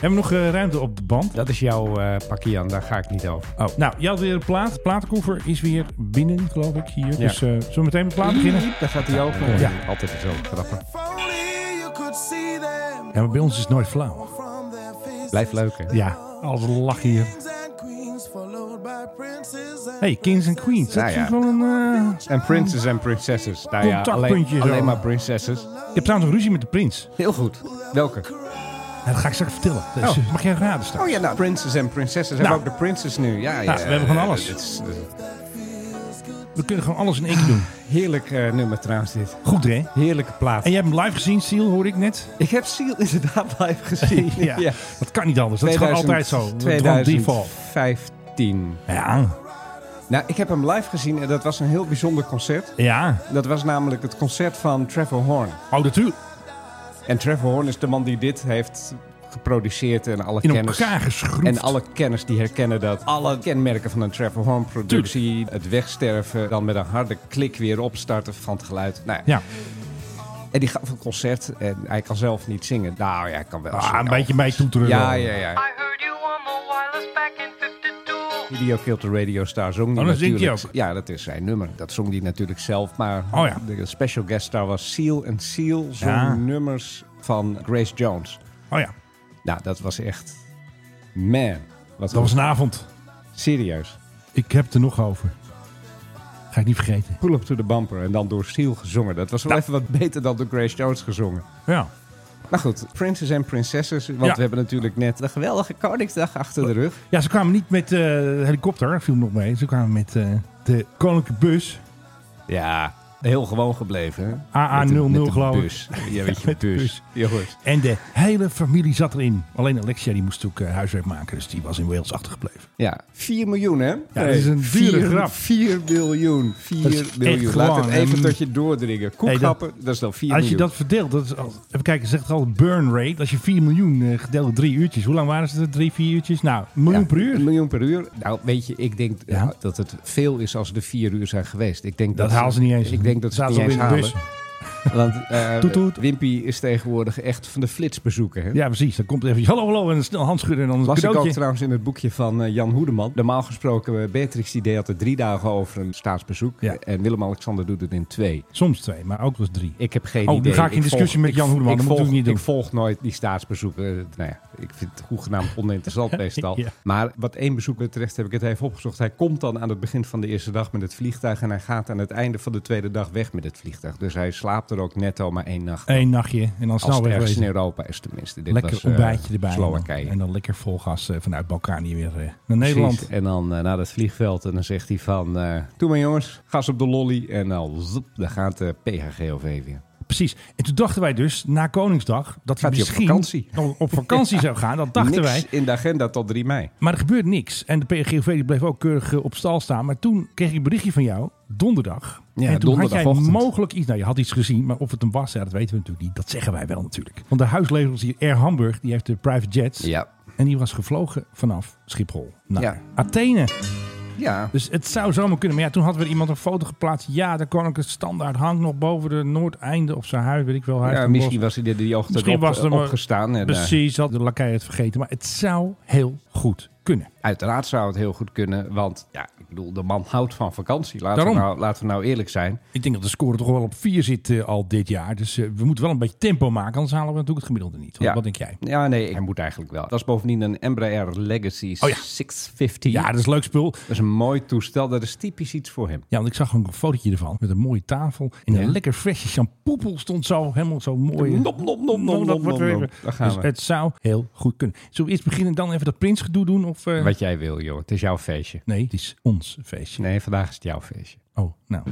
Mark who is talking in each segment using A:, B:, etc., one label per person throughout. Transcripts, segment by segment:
A: Hebben we nog eh, ruimte op de band?
B: Dat is jouw eh pakje, Jan. Daar ga ik niet over.
A: Oh, nou, je had weer een plaat. De platenkoffer is weer binnen, geloof ik, hier. Dus eh, zullen we meteen met de plaat beginnen?
B: Daar gaat hij over.
A: Ja.
B: Altijd zo grappig.
C: If only you could see them
A: Ja, maar bij ons is het nooit flauw.
C: from their faces.
B: Blijf leuk, hè?
A: Ja, altijd lach hier.
C: Kings and queens followed by princes and
A: Hey, Kings and Queens. Dat
B: Nou ja.
A: is wel een... eh,
B: En prinses en princesses. Nou ja, alleen,
A: Contactpuntje zo.
B: alleen maar princesses.
A: Je hebt trouwens een ruzie met de prins.
B: Heel goed. Welke?
A: Nou, dat ga ik straks vertellen. Dus,
B: Oh.
A: Mag jij raden straks?
B: Oh ja, nou, prinses en princesses. We
A: Nou.
B: hebben ook de prinses nu. Ja, ja,
A: we hebben gewoon alles.
B: Het is eh, een
A: We kunnen gewoon alles in één keer doen.
B: heerlijk eh, nummer trouwens dit.
A: Goed, hè?
B: Heerlijke plaat.
A: En jij hebt hem live gezien, Seal, hoor ik net.
B: Ik heb Seal inderdaad live gezien.
A: Ja. Dat kan niet anders. Dat is gewoon altijd zo. Dat is gewoon default.
B: 2015.
A: Ja,
B: Nou, ik heb hem live gezien en dat was een heel bijzonder concert.
A: ja.
B: Dat was namelijk het concert van Trevor Horn.
A: Oh, natuurlijk.
B: En Trevor Horn is de man die dit heeft geproduceerd en alle
A: In
B: kennis...
A: elkaar geschroefd.
B: En alle kenners die herkennen dat. Alle kenmerken van een Trevor Horn productie. Het wegsterven, dan met een harde klik weer opstarten van het geluid. Nou, ja.
A: Ja,
B: En die gaf een concert en hij kan zelf niet zingen. Nou ja, hij kan wel
A: Ah,
B: zingen.
A: een beetje mee toeteren.
B: Ja, ja,
D: I
B: ja.
D: heard you on the wireless back in 52.
B: Video Killed the Radio Star zong
A: Oh,
B: hij
A: dat zingt hij
B: natuurlijk. Ja, dat is zijn nummer. Dat zong hij natuurlijk zelf. Maar
A: Oh ja.
B: de special guest star was Seal. En Seal zong
A: Ja.
B: nummers van Grace Jones.
A: Oh ja,
B: Nou, dat was echt... Man. Wat
A: dat was een avond.
B: serieus.
A: Ik heb het er nog over. Ga ik niet vergeten.
B: Pull Up to the Bumper en dan door Seal gezongen. Dat was wel
A: Nou.
B: even wat beter dan door Grace Jones gezongen.
A: Ja.
B: Maar goed, Princes en Princesses. Want
A: Ja.
B: we hebben natuurlijk net de geweldige Koningsdag achter de rug.
A: Ja, ze kwamen niet met eh, de helikopter, viel me nog mee. Ze kwamen met eh, de koninklijke bus.
B: Ja, heel gewoon gebleven. hè?
A: AA00
B: Met de- met de
A: geloof ik.
B: bus. Ja, weet je,
A: Met de
B: bus.
A: bus.
B: Ja, goed.
A: En de hele familie zat erin. Alleen Alexia die moest natuurlijk eh, huiswerk maken, dus die was in Wales achtergebleven.
B: Ja, 4 miljoen hè? Ja,
A: dat is een dure grap.
B: 4 miljoen. 4
A: Dat is echt
B: miljoen. Laat het
A: gewoon,
B: even
A: ehm,
B: tot je doordringen. Koekhappen, dat, is dan 4
A: Als je
B: miljoen.
A: dat verdeelt, dat is al, even kijken, zegt het al, burn rate. Als je 4 miljoen eh, gedeeld door 3 uurtjes, hoe lang waren ze er? 3, 4 uurtjes? Nou, een miljoen
B: Ja,
A: per uur.
B: Een miljoen per uur. Nou, weet je, ik denk
A: Ja.
B: eh, dat het veel is als er vier uur zijn geweest. Ik denk
A: Dat halen ze niet eens.
B: Ik denk dat ze het
A: Zaten
B: niet eens
A: ze alweer in
B: halen.
A: de
B: Want eh,
A: Toet, toet.
B: Wimpy is tegenwoordig echt van de flitsbezoeken. Hè?
A: Ja, precies. Dan komt even, hallo, hallo, en snel handschudden en dan een
B: Las ik ook
A: cadeautje.
B: trouwens in het boekje van eh, Jan Hoedeman. Normaal gesproken, eh, Beatrix die deed altijd drie dagen over een staatsbezoek.
A: Ja.
B: En Willem-Alexander doet het in twee.
A: Soms twee, maar ook wel eens drie.
B: Ik heb geen
A: Oh, nu
B: idee.
A: ga ik in discussie met Jan Hoedeman.
B: Ik
A: Dat moet
B: volg,
A: ik niet doen.
B: ik volg nooit die staatsbezoeken. Eh, nou ja, ik vind het hoegenaamd oninteressant meestal.
A: Ja.
B: Maar wat één bezoek betreft heb ik het even opgezocht. Hij komt dan aan het begin van de eerste dag met het vliegtuig. En hij gaat aan het einde van de tweede dag weg met het vliegtuig. Dus hij slaapt er ook netto maar één nacht.
A: Eén nachtje en dan
B: Als
A: snel
B: het ergens in
A: wegwezen.
B: Europa is tenminste. Dit
A: Lekker
B: was, eh,
A: ontbijtje erbij.
B: Slowakije.
A: En dan lekker vol gas eh, vanuit Balkanië weer eh, naar
B: Precies.
A: Nederland.
B: En dan eh, naar het vliegveld. En dan zegt hij van... eh Doe maar jongens, gas op de lolly. En dan, zoep, daar gaat de PHGOV weer.
A: Precies. En toen dachten wij dus na Koningsdag dat hij
B: Gaat hij op
A: misschien
B: vakantie?
A: nog op vakantie zou gaan. Dat dachten
B: Niks
A: wij.
B: in de agenda tot 3 mei.
A: Maar er gebeurt niks. En de PGOV die bleef ook keurig eh, op stal staan. Maar toen kreeg ik een berichtje van jou, donderdag.
B: Ja,
A: en toen had jij
B: donderdagochtend.
A: mogelijk iets. Nou, je had iets gezien, maar of het een was, ja, dat weten we natuurlijk niet. Dat zeggen wij wel natuurlijk. Want de huisleverancier Air Hamburg, die heeft de private jets.
B: Ja.
A: En die was gevlogen vanaf Schiphol naar
B: Ja.
A: Athene.
B: Ja.
A: Dus het zou zomaar kunnen. Maar ja, toen had weer iemand een foto geplaatst. Ja, de koninklijke standaard hangt nog boven de noordeinde op zijn huis, weet ik wel. Huis
B: ja
A: ten
B: misschien
A: Bosch.
B: was hij er die ochtend
A: Misschien
B: op,
A: was er maar-
B: opgestaan. En, eh,
A: Precies, had de lakai het vergeten. Maar het zou heel goed kunnen.
B: uiteraard zou het heel goed kunnen. Want ja, ik bedoel, de man houdt van vakantie. Laten, we
A: Daarom.
B: nou, laten we nou eerlijk zijn.
A: Ik denk dat de score toch wel op 4 zit eh, al dit jaar. Dus eh, we moeten wel een beetje tempo maken, anders halen we natuurlijk het gemiddelde niet. Want
B: Ja.
A: Wat denk jij?
B: Ja, nee, hij moet eigenlijk wel. Dat is bovendien een Embraer Legacy
A: Oh ja.
B: 650.
A: Ja, dat is een leuk spul.
B: Dat is een mooi toestel. Dat is typisch iets voor hem.
A: Ja, want ik zag ook een fotootje ervan met een mooie tafel. En een
B: Ja.
A: lekker flesje champoepel stond zo helemaal zo mooi.
B: Nom, nom, nom, nom,
A: dat
B: nom,
A: wordt
B: nom,
A: weer-
B: nom. Daar gaan
A: dus
B: we.
A: het zou heel goed kunnen. Zullen we eerst beginnen en dan even dat prinsgedoe doen? Of, eh,
B: Wat jij wil, joh. Het is jouw feestje.
A: Nee, het is ons feestje.
B: Nee, vandaag is het jouw feestje.
A: Oh, nou.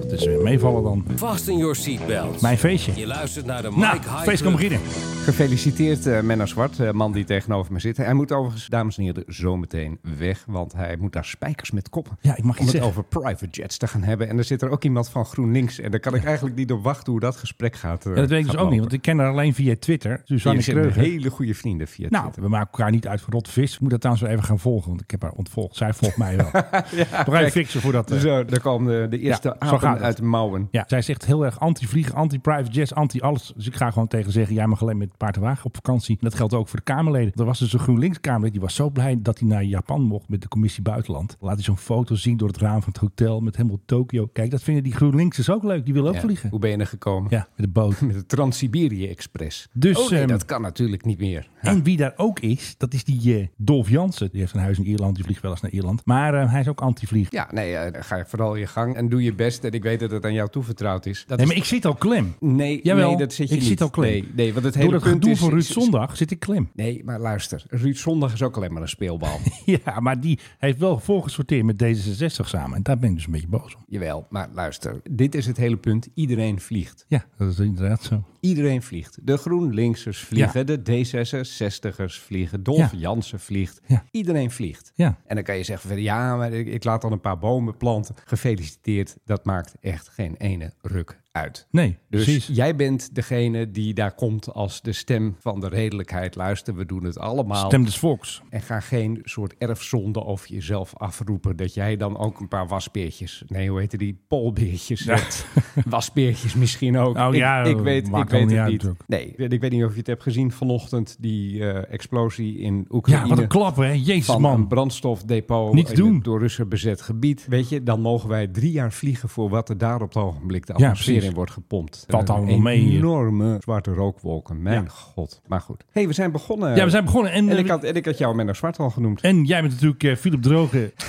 A: Dat is weer meevallen dan.
E: Fasten your seatbelt.
A: Mijn feestje.
E: Je luistert naar de Mike
A: Nou,
E: High
A: feest kan
E: Club.
A: beginnen.
B: Gefeliciteerd eh, Menno Zwart, eh, man die tegenover me zit. Hij moet overigens, dames en heren, zometeen weg. Want hij moet daar spijkers met koppen.
A: Ja, ik mag
B: Om
A: iets
B: het
A: zeggen.
B: over private jets te gaan hebben. En er zit er ook iemand van GroenLinks. En daar kan ik eigenlijk niet op wachten hoe dat gesprek gaat. eh,
A: Ja, dat weet ik dus ook niet, want ik ken haar alleen via Twitter. Suzanne
B: Jullie zijn
A: Kreuger.
B: hele goede vrienden via
A: Nou,
B: Twitter.
A: we maken elkaar niet uit voor rotte vis. Ik moet dat trouwens wel even gaan volgen, want ik heb haar ontvolgd. Zij volgt mij wel. We gaan even fixen voor dat. eh,
B: Zo, daar kwam de, de eerste
A: Ja, zo
B: apen
A: gaat het.
B: uit de mouwen.
A: ja, zij zegt heel erg anti-vliegen, anti-private jets, anti-alles. Dus ik ga gewoon tegen zeggen, jij mag alleen met met paard en wagen op vakantie. En dat geldt ook voor de Kamerleden. Er was dus een GroenLinks-Kamerlid, die was zo blij dat hij naar Japan mocht met de commissie buitenland. Laat hij zo'n foto zien door het raam van het hotel met helemaal Tokio. Kijk, dat vinden die GroenLinksers ook leuk. Die willen ook
B: Ja,
A: vliegen.
B: Hoe ben je er gekomen?
A: Ja, met de boot.
B: Met de Trans-Siberië Express.
A: Dus,
B: oh, nee,
A: ehm,
B: dat kan natuurlijk niet meer.
A: En wie daar ook is, dat is die eh, Dolf Jansen. Die heeft een huis in Ierland, die vliegt wel eens naar Ierland. Maar eh, hij is ook anti-vlieg.
B: Ja, nee, eh, ga vooral je gang en doe je best. En ik weet dat het aan jou toevertrouwd is. Dat
A: Nee,
B: is
A: maar ik zit al klem.
B: Nee,
A: Jawel,
B: nee, dat zit je
A: ik
B: niet.
A: zit al klem.
B: Nee, nee, want het hele
A: Door het
B: punt
A: gedoe
B: is-
A: van Ruud
B: is- is-
A: Zondag zit ik klem.
B: Nee, maar luister. Ruud Zondag is ook alleen maar een speelbal.
A: Ja, maar die heeft wel voorgesorteerd met D66 samen. En daar ben ik dus een beetje boos om.
B: Jawel, maar luister. Dit is het hele punt. Iedereen vliegt.
A: Ja, dat is inderdaad zo.
B: Iedereen vliegt. De GroenLinksers vliegen. De D66'ers vliegen. Dolf
A: Ja.
B: Jansen vliegt.
A: Ja.
B: Iedereen vliegt.
A: Ja.
B: En dan kan je zeggen van ja, maar ik, ik laat al een paar bomen planten. Gefeliciteerd. Dat maakt echt geen ene ruk uit.
A: Nee,
B: Dus
A: precies.
B: jij bent degene die daar komt als de stem van de redelijkheid. Luister, we doen het allemaal.
A: Stem des volks.
B: En ga geen soort erfzonde over jezelf afroepen. Dat jij dan ook een paar waspeertjes. Nee, hoe heette die? Polbeertjes. hebt. waspeertjes misschien ook.
A: Oh
B: ik,
A: ja,
B: ik weet,
A: maakt allemaal
B: ik weet
A: niet
B: het
A: uit
B: niet.
A: natuurlijk.
B: Nee, ik weet niet of je het hebt gezien vanochtend. Die eh, explosie in Oekraïne.
A: Ja, wat een klap, hè? Jezus,
B: eh, van een
A: man.
B: brandstofdepot
A: Niet te
B: in een
A: doen.
B: door Russen bezet gebied. Weet je, dan mogen wij drie jaar vliegen voor wat er daar op het ogenblik de
A: Ja,
B: atmosfeer
A: precies.
B: in wordt gepompt.
A: Valt
B: Eh,
A: allemaal mee hier.
B: Enorme zwarte rookwolken. Mijn
A: Ja.
B: god. Maar goed. hey, we zijn begonnen.
A: Ja, we zijn begonnen. En,
B: En
A: eh,
B: ik had, en ik had jou Menno Zwart al genoemd.
A: en jij bent natuurlijk eh, Philip Droge. Wat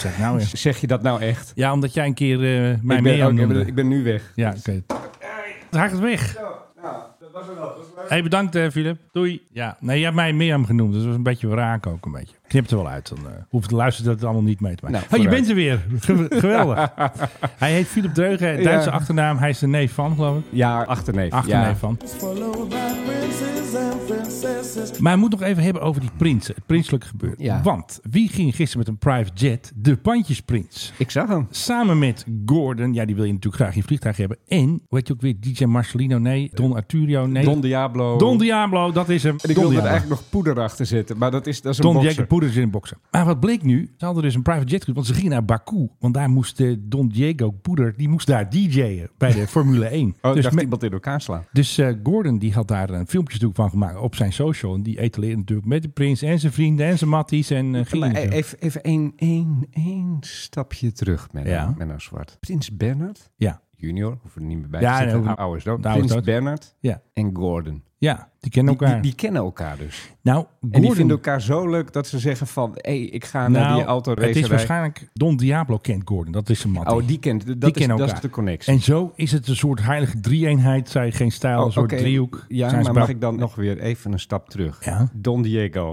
A: zeg ik nou weer?
B: Zeg je dat nou echt?
A: Ja, omdat jij een keer eh, mij
B: ik, ben,
A: mee
B: ook- ik,
A: noemde.
B: ben, ik ben nu weg.
A: Ja, oké. Haak het weg. hey, bedankt hè, Filip. Doei. Ja, nee, jij hebt mij Mirjam genoemd, dus dat was een beetje raak ook een beetje. Knip er wel uit, dan eh, hoeft de luisteraar het allemaal niet mee te maken.
B: Nou,
A: oh, je
B: vooruit.
A: bent er weer. Ge- geweldig. hij heet Filip Dreugen, Duitse
B: Ja.
A: achternaam. Hij is de neef van, geloof ik.
B: Ja, achterneef.
A: Achterneef
B: ja.
A: van.
C: Followed by princes and princesses.
A: Maar we moeten nog even hebben over die prinsen, het prinselijke gebeuren.
B: Ja.
A: Want wie ging gisteren met een private jet? De Pandjesprins.
B: Ik zag hem.
A: Samen met Gordon, ja, die wil je natuurlijk graag in je vliegtuig hebben. En, weet je ook weer, DJ Marcelino, nee, Don Arturio, nee.
B: Don Diablo.
A: Don Diablo, dat is hem.
B: Oh. en ik
A: Don
B: wilde er
A: Diablo.
B: eigenlijk nog poeder achter zetten, maar dat is, dat is een
A: Don
B: bokser.
A: Diego Poeders in boksen. Maar wat bleek nu? Ze hadden dus een private jet, want ze gingen naar Baku. Want daar moest eh, Don Diego Poeder, die moest daar DJ'en bij de Formule 1.
B: Oh, ik
A: dus
B: dacht
A: me-
B: iemand in elkaar slaan.
A: dus eh, Gordon die had daar een filmpje natuurlijk van gemaakt op zijn social. En die etaleerde natuurlijk met de prins en zijn vrienden en zijn matties. En eh, ging
B: Maar e-
A: natuurlijk.
B: even even één één één stapje terug, Menno,
A: Ja.
B: Menno Zwart. Prins Bernard
A: Ja,
B: junior, hoef er niet meer bij
A: Ja,
B: te
A: nee,
B: zetten.
A: hoe-
B: Oude is dood.
A: de oude is
B: Prins
A: dood.
B: Bernard
A: ja,
B: en Gordon.
A: ja, die kennen
B: Die,
A: elkaar.
B: die, die kennen elkaar dus.
A: nou, Gordon,
B: En die vinden elkaar zo leuk dat ze zeggen van... hé, hey, ik ga naar
A: nou,
B: die
A: Het is
B: autoracerij.
A: waarschijnlijk Don Diablo kent Gordon. Dat is zijn mattie.
B: Oh, die kent... Dat,
A: die
B: is,
A: kennen
B: dat is
A: elkaar.
B: de connectie.
A: En zo is het een soort heilige drie-eenheid, zei geen stijl,
B: Oh,
A: een soort
B: oké.
A: driehoek.
B: Ja,
A: Zijn ze
B: maar
A: bij-
B: mag ik dan nog weer even een stap terug?
A: Ja.
B: Don Diego.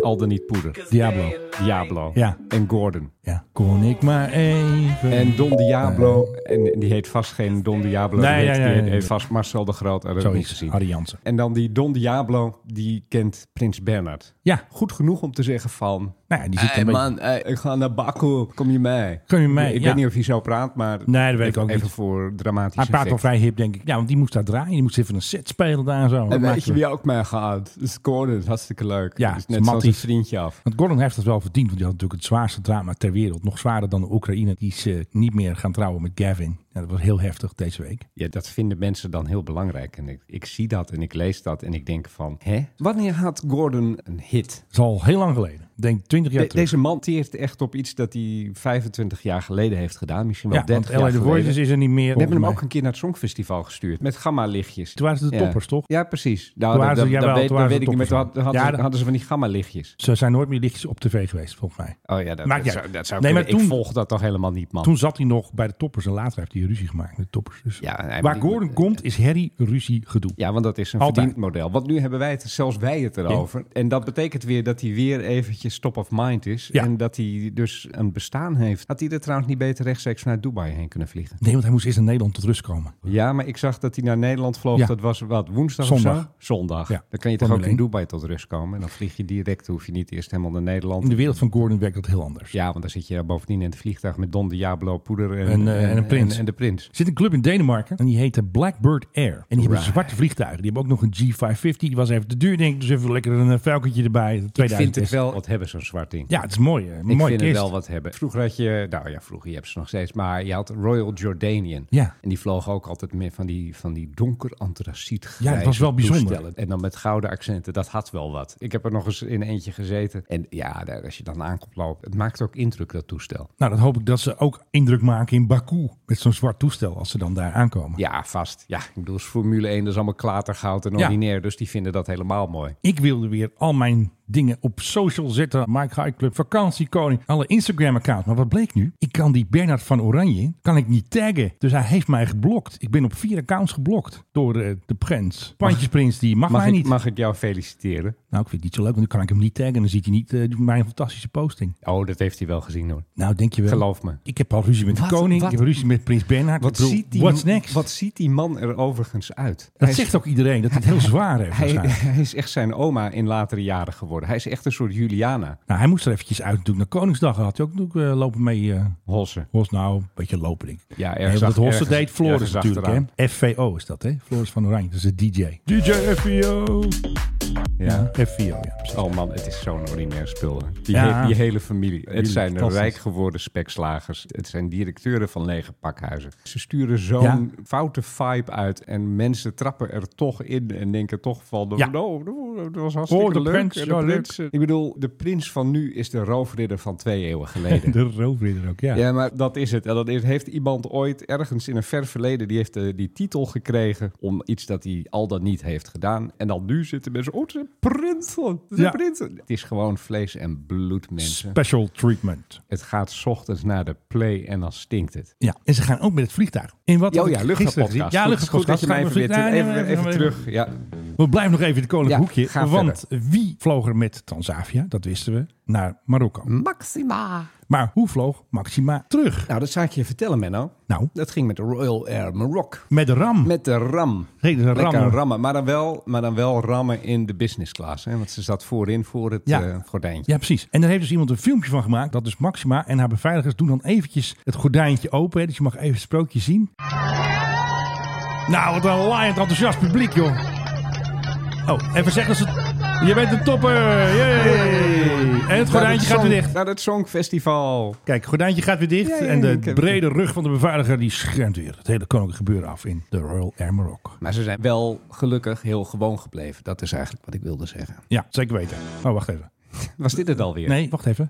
B: Al dan niet poeder.
A: Diablo.
B: Diablo.
A: Ja.
B: En Gordon.
A: Ja, kon ik maar even.
B: En Don Diablo. En die heet vast geen Don Diablo.
A: Nee,
B: die heet,
A: nee, nee,
B: die heet-
A: nee.
B: heet vast Marcel de Groot. Dat heb ik
A: zo
B: niet
A: is
B: gezien.
A: Harry Jansen.
B: En dan die Don Diablo, die kent Prins Bernard.
A: Ja,
B: Goed genoeg om te zeggen van...
A: nou ja, die zit
B: Hey
A: een beetje...
B: man, hey, ik ga naar Baku. Kom je mee?
A: Kom je mee,
B: Ik
A: ja.
B: weet niet of hij zo praat, maar...
A: Nee, dat weet
B: even,
A: ik ook
B: even
A: niet.
B: voor dramatisch
A: Hij praat wel
B: effect.
A: vrij hip, denk ik. Ja, want die moest daar draaien. Die moest even een set spelen daar en zo. Dat
B: En eh,
A: maakt
B: weet je
A: wel-
B: wie ook mee gaat? Dat is Gordon, dat is hartstikke leuk.
A: Ja,
B: Dat is
A: het is
B: net van zijn
A: Matties.
B: vriendje af.
A: Want Gordon heeft dat wel verdiend. Want die had natuurlijk het zwaarste drama ter wereld. Nog zwaarder dan de Oekraïne. Die is eh, niet meer gaan trouwen met Gavin. Ja, dat was heel heftig deze week.
B: Ja, dat vinden mensen dan heel belangrijk. En ik, ik zie dat en ik lees dat en ik denk van... Hè? Wanneer had Gordon een hit?
A: Dat is al heel lang geleden. Ik Denk 20 jaar
B: De-
A: terug.
B: deze man teert echt op iets dat hij 25 jaar geleden heeft gedaan. Misschien wel
A: Ja,
B: 30
A: want
B: jaar
A: LA The
B: geleden.
A: Voices is er niet meer.
B: We hebben hem
A: volgens
B: ook
A: mij.
B: een keer naar het Songfestival gestuurd. Met gamma-lichtjes.
A: Toen waren ze de
B: Ja.
A: toppers, toch?
B: Ja, precies.
A: Toen
B: Nou,
A: waren
B: dat,
A: ze-
B: dat,
A: jawel,
B: dat weet,
A: toen
B: dat
A: waren
B: weet
A: ze
B: ik niet meer. Toen
A: toppers.
B: hadden, hadden
A: Ja,
B: ze-
A: dat-
B: hadden ze van die gamma-lichtjes.
A: Ze zijn nooit meer lichtjes op tv geweest, volgens mij.
B: Oh ja, dat,
A: Maakt
B: dat
A: niet
B: zou,
A: uit.
B: dat zou
A: Nee, maar
B: kunnen. Ik
A: toen-
B: volg dat toch helemaal niet, man.
A: Toen zat hij nog bij de toppers en later heeft hij ruzie gemaakt met de toppers. Dus
B: Ja, hij-
A: Waar Gordon komt is Harry ruzie gedoe.
B: Ja, want dat is een
A: Altijd.
B: verdiend model. Want nu hebben wij het, zelfs wij het erover. En dat betekent weer dat hij weer eventjes top of mind is.
A: Ja.
B: En dat hij dus een bestaan heeft. Had hij er trouwens niet beter rechtstreeks naar Dubai heen kunnen vliegen?
A: Nee, want hij moest eerst in Nederland tot rust komen.
B: Ja, maar ik zag dat hij naar Nederland vloog.
A: Ja.
B: Dat was wat, woensdag
A: Zondag.
B: of zo? Zondag.
A: Ja.
B: Dan kan je toch ook
A: Formule
B: in
A: één.
B: Dubai tot rust komen. En dan vlieg je direct, hoef je niet eerst helemaal naar Nederland.
A: In de wereld van Gordon werkt dat heel anders.
B: Ja, want dan zit je bovendien in het vliegtuig met Don Diablo, Poeder en,
A: En, eh, en een prins.
B: En, de de prins.
A: Er zit een club in Denemarken en die heette Blackbird Air. En die hebben zwarte vliegtuigen. Die hebben ook nog een G550. Die was even te duur, denk ik. Dus even lekker een eh, vuilkentje erbij.
B: Ik
A: 2000
B: vind het
A: test.
B: wel wat hebben, zo'n zwart ding.
A: Ja, het is mooi. eh, Een
B: Ik
A: mooie
B: vind
A: kist.
B: het wel wat hebben. Vroeger had je, nou ja, vroeger, je hebt ze nog steeds, maar je had Royal Jordanian.
A: Ja.
B: En die vlogen ook altijd meer van die, van die donker antraciet
A: Ja, dat was wel bijzonder.
B: En dan met gouden accenten, dat had wel wat. Ik heb er nog eens in eentje gezeten. En ja, daar, als je dan aankomt lopen, het maakt ook indruk, dat toestel.
A: Nou, dan hoop ik dat ze ook indruk maken in Baku. Met zo'n zwart toestel als ze dan daar aankomen.
B: Ja, vast. Ja, ik bedoel, is Formule 1, dat is allemaal klatergoud en
A: Ja.
B: ordinair. Dus die vinden dat helemaal mooi.
A: Ik wilde weer al mijn dingen op social zetten. Mike High Club, vakantiekoning, alle Instagram-accounts. Maar wat bleek nu? Ik kan die Bernard van Oranje kan ik niet taggen. Dus hij heeft mij geblokt. Ik ben op vier accounts geblokt door eh, de prins. Pandjesprins, die mag,
B: Mag
A: mij
B: ik,
A: niet.
B: mag ik jou feliciteren?
A: Nou, ik vind het niet zo leuk, want dan kan ik hem niet taggen. Dan ziet hij niet eh, mijn fantastische posting.
B: Oh, dat heeft hij wel gezien hoor.
A: Nou, denk je wel.
B: Geloof me.
A: Ik heb al ruzie met
B: Wat-
A: de koning.
B: wat-
A: ik heb ruzie met prins Bernhard.
B: Wat
A: Ik bedoel,
B: ziet, die,
A: what's next?
B: wat ziet die man er overigens uit?
A: dat
B: Hij is-
A: zegt ook iedereen, dat hij het heel zwaar heeft
B: Hij,
A: waarschijnlijk.
B: hij is echt zijn oma in latere jaren geworden. Hij is echt een soort Juliana
A: Nou, hij moest er eventjes uit natuurlijk naar Koningsdag. Had hij ook natuurlijk eh, lopen mee... eh
B: Holse.
A: Hos nou, een beetje lopen denk ik.
B: Ja,
A: Nee,
B: ergens
A: want
B: achter-
A: het Hosse
B: ergens-
A: deed Floris
B: ergens
A: natuurlijk.
B: achteraan.
A: Hè? FVO is dat, hè? Floris van Oranje. Dat is de DJ. DJ FVO. Ja, FVO, ja. precies.
B: Oh man, het is zo'n ordinair spul. hè. Die,
A: Ja.
B: he- die hele familie. Het
A: Jullie,
B: zijn
A: fantastisch.
B: rijk geworden spekslagers. Het zijn directeuren van lege pakhuizen. Ze sturen zo'n
A: Ja.
B: foute vibe uit. En mensen trappen er toch in en denken toch van...
A: Ja.
B: Oh, dat was hartstikke
A: Oh, de
B: leuk.
A: prins,
B: En
A: ja, leuk.
B: eh, Ik bedoel, de prins van nu is de roofridder van twee eeuwen geleden.
A: De roofridder ook, ja.
B: Ja, maar dat is het. En dan is- heeft iemand ooit ergens in een ver verleden... die heeft eh, die titel gekregen om iets dat hij al dan niet heeft gedaan. En dan nu zitten mensen... Oh, het is een prinsen. Het is een
A: Ja.
B: prinsen. Het is gewoon vlees en bloed, mensen.
A: Special treatment.
B: Het gaat 's ochtends naar de play en dan stinkt het.
A: Ja, en ze gaan ook met het vliegtuig. En wat
B: Oh
A: ik
B: ja,
A: gisteren gezien-
B: luchtvaartpodcast.
A: Ja,
B: Goed- Goed dat
A: luchtvaartpodcast.
B: je mij
A: Gaan
B: even,
A: we
B: weer
A: vliegtuig-
B: terug- even,
A: Ja, ja,
B: even terug. Ja.
A: We blijven nog even in het koninklijk
B: Ja,
A: hoekje.
B: ga
A: Want wie vloog er met Tanzavia, dat wisten we, naar Marokko.
B: Mm. Maxima.
A: Maar hoe vloog Maxima terug?
B: Nou, dat zou ik je vertellen, Menno.
A: Nou,
B: Dat ging met de Royal Air Maroc.
A: met de ram.
B: Met de ram.
A: Reden ze
B: Lekker
A: rammen.
B: rammen. Maar dan wel, maar dan wel rammen in de business class. Hè? Want ze zat voorin voor het
A: Ja.
B: eh, gordijntje.
A: Ja, precies. En daar heeft dus iemand een filmpje van gemaakt. Dat dus Maxima en haar beveiligers doen dan eventjes het gordijntje open. Hè, dus je mag even het sprookje zien. Nou, wat een laaiend enthousiast publiek, joh. Oh, even zeggen ze... Je bent een topper! Yay! En het gordijntje gaat weer dicht.
B: Naar het Songfestival.
A: Kijk, het gordijntje gaat weer dicht.
B: Ja, ja,
A: en
B: ik
A: de
B: heb-
A: brede rug van de beveiliger die schermt weer het hele koninklijke gebeuren af in de Royal Air Maroc.
B: Maar ze zijn wel gelukkig heel gewoon gebleven. Dat is eigenlijk wat ik wilde zeggen.
A: Ja, zeker weten. Oh, wacht even.
B: Was dit het alweer?
A: Nee, wacht even.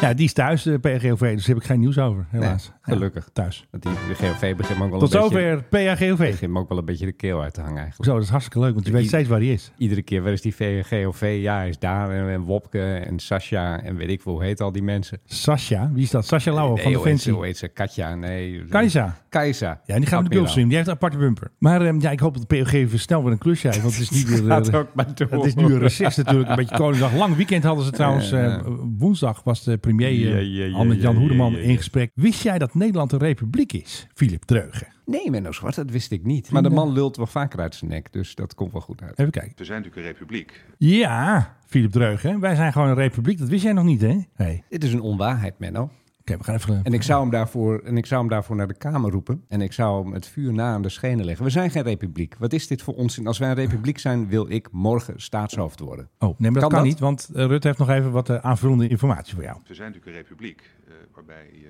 A: Ja, die is thuis, de PRGOV, dus daar heb ik geen nieuws over, helaas.
B: Nee, gelukkig.
A: Ja, thuis.
B: Want die, de GOV begint me ook wel
A: Tot
B: een beetje...
A: zover PAGOV.
B: begint me ook wel een beetje de keel uit te hangen eigenlijk.
A: Zo, dat is hartstikke leuk, want je weet steeds waar hij is.
B: Iedere keer wel eens die GOV. Ja, hij is daar. En, en Wopke en Sascha en weet ik veel. Hoe heet al die mensen?
A: Sascha, wie is dat? Sascha Lauwe
B: Nee,
A: van
B: hoe heet ze?
A: Defensie.
B: Hoe heet ze? Katja? Nee.
A: Kajsa.
B: Kajsa.
A: Ja, en die gaan we de
B: Capillo.
A: Gulf streamen. Die heeft een aparte bumper. Maar ehm, ja, ik hoop dat de POG snel weer een klusje heeft. Want het is, niet meer, eh,
B: Gaat ook maar door.
A: het is nu een recess natuurlijk. Een beetje Koningsdag. Lang weekend hadden ze trouwens. eh, woensdag was de premier eh,
B: Ja, ja, ja,
A: Albert-Jan
B: ja,
A: Hoedeman
B: ja, ja, ja.
A: in gesprek. Wist jij dat Nederland een republiek is, Philip Dreugen?
B: Nee, Menno Zwart, dat wist ik niet. eh, Maar de man lult wel vaker uit zijn nek, dus dat komt wel goed uit.
A: Even kijken.
F: We zijn natuurlijk een republiek.
A: Ja, Philip Dreugen. Wij zijn gewoon een republiek. Dat wist jij nog niet, hè? Nee. Oké,
B: Dit is een onwaarheid, Menno.
A: we gaan even... eh,
B: En ik, zou hem daarvoor, en ik zou hem daarvoor naar de Kamer roepen. En ik zou hem het vuur na aan de schenen leggen. We zijn geen republiek. Wat is dit voor onzin? Als wij een republiek zijn, wil ik morgen staatshoofd worden.
A: Oh, nee, maar dat kan,
B: Kan dat?
A: niet, want eh, Rutte heeft nog even wat eh, aanvullende informatie voor jou.
F: We zijn natuurlijk een republiek. eh, waarbij, eh,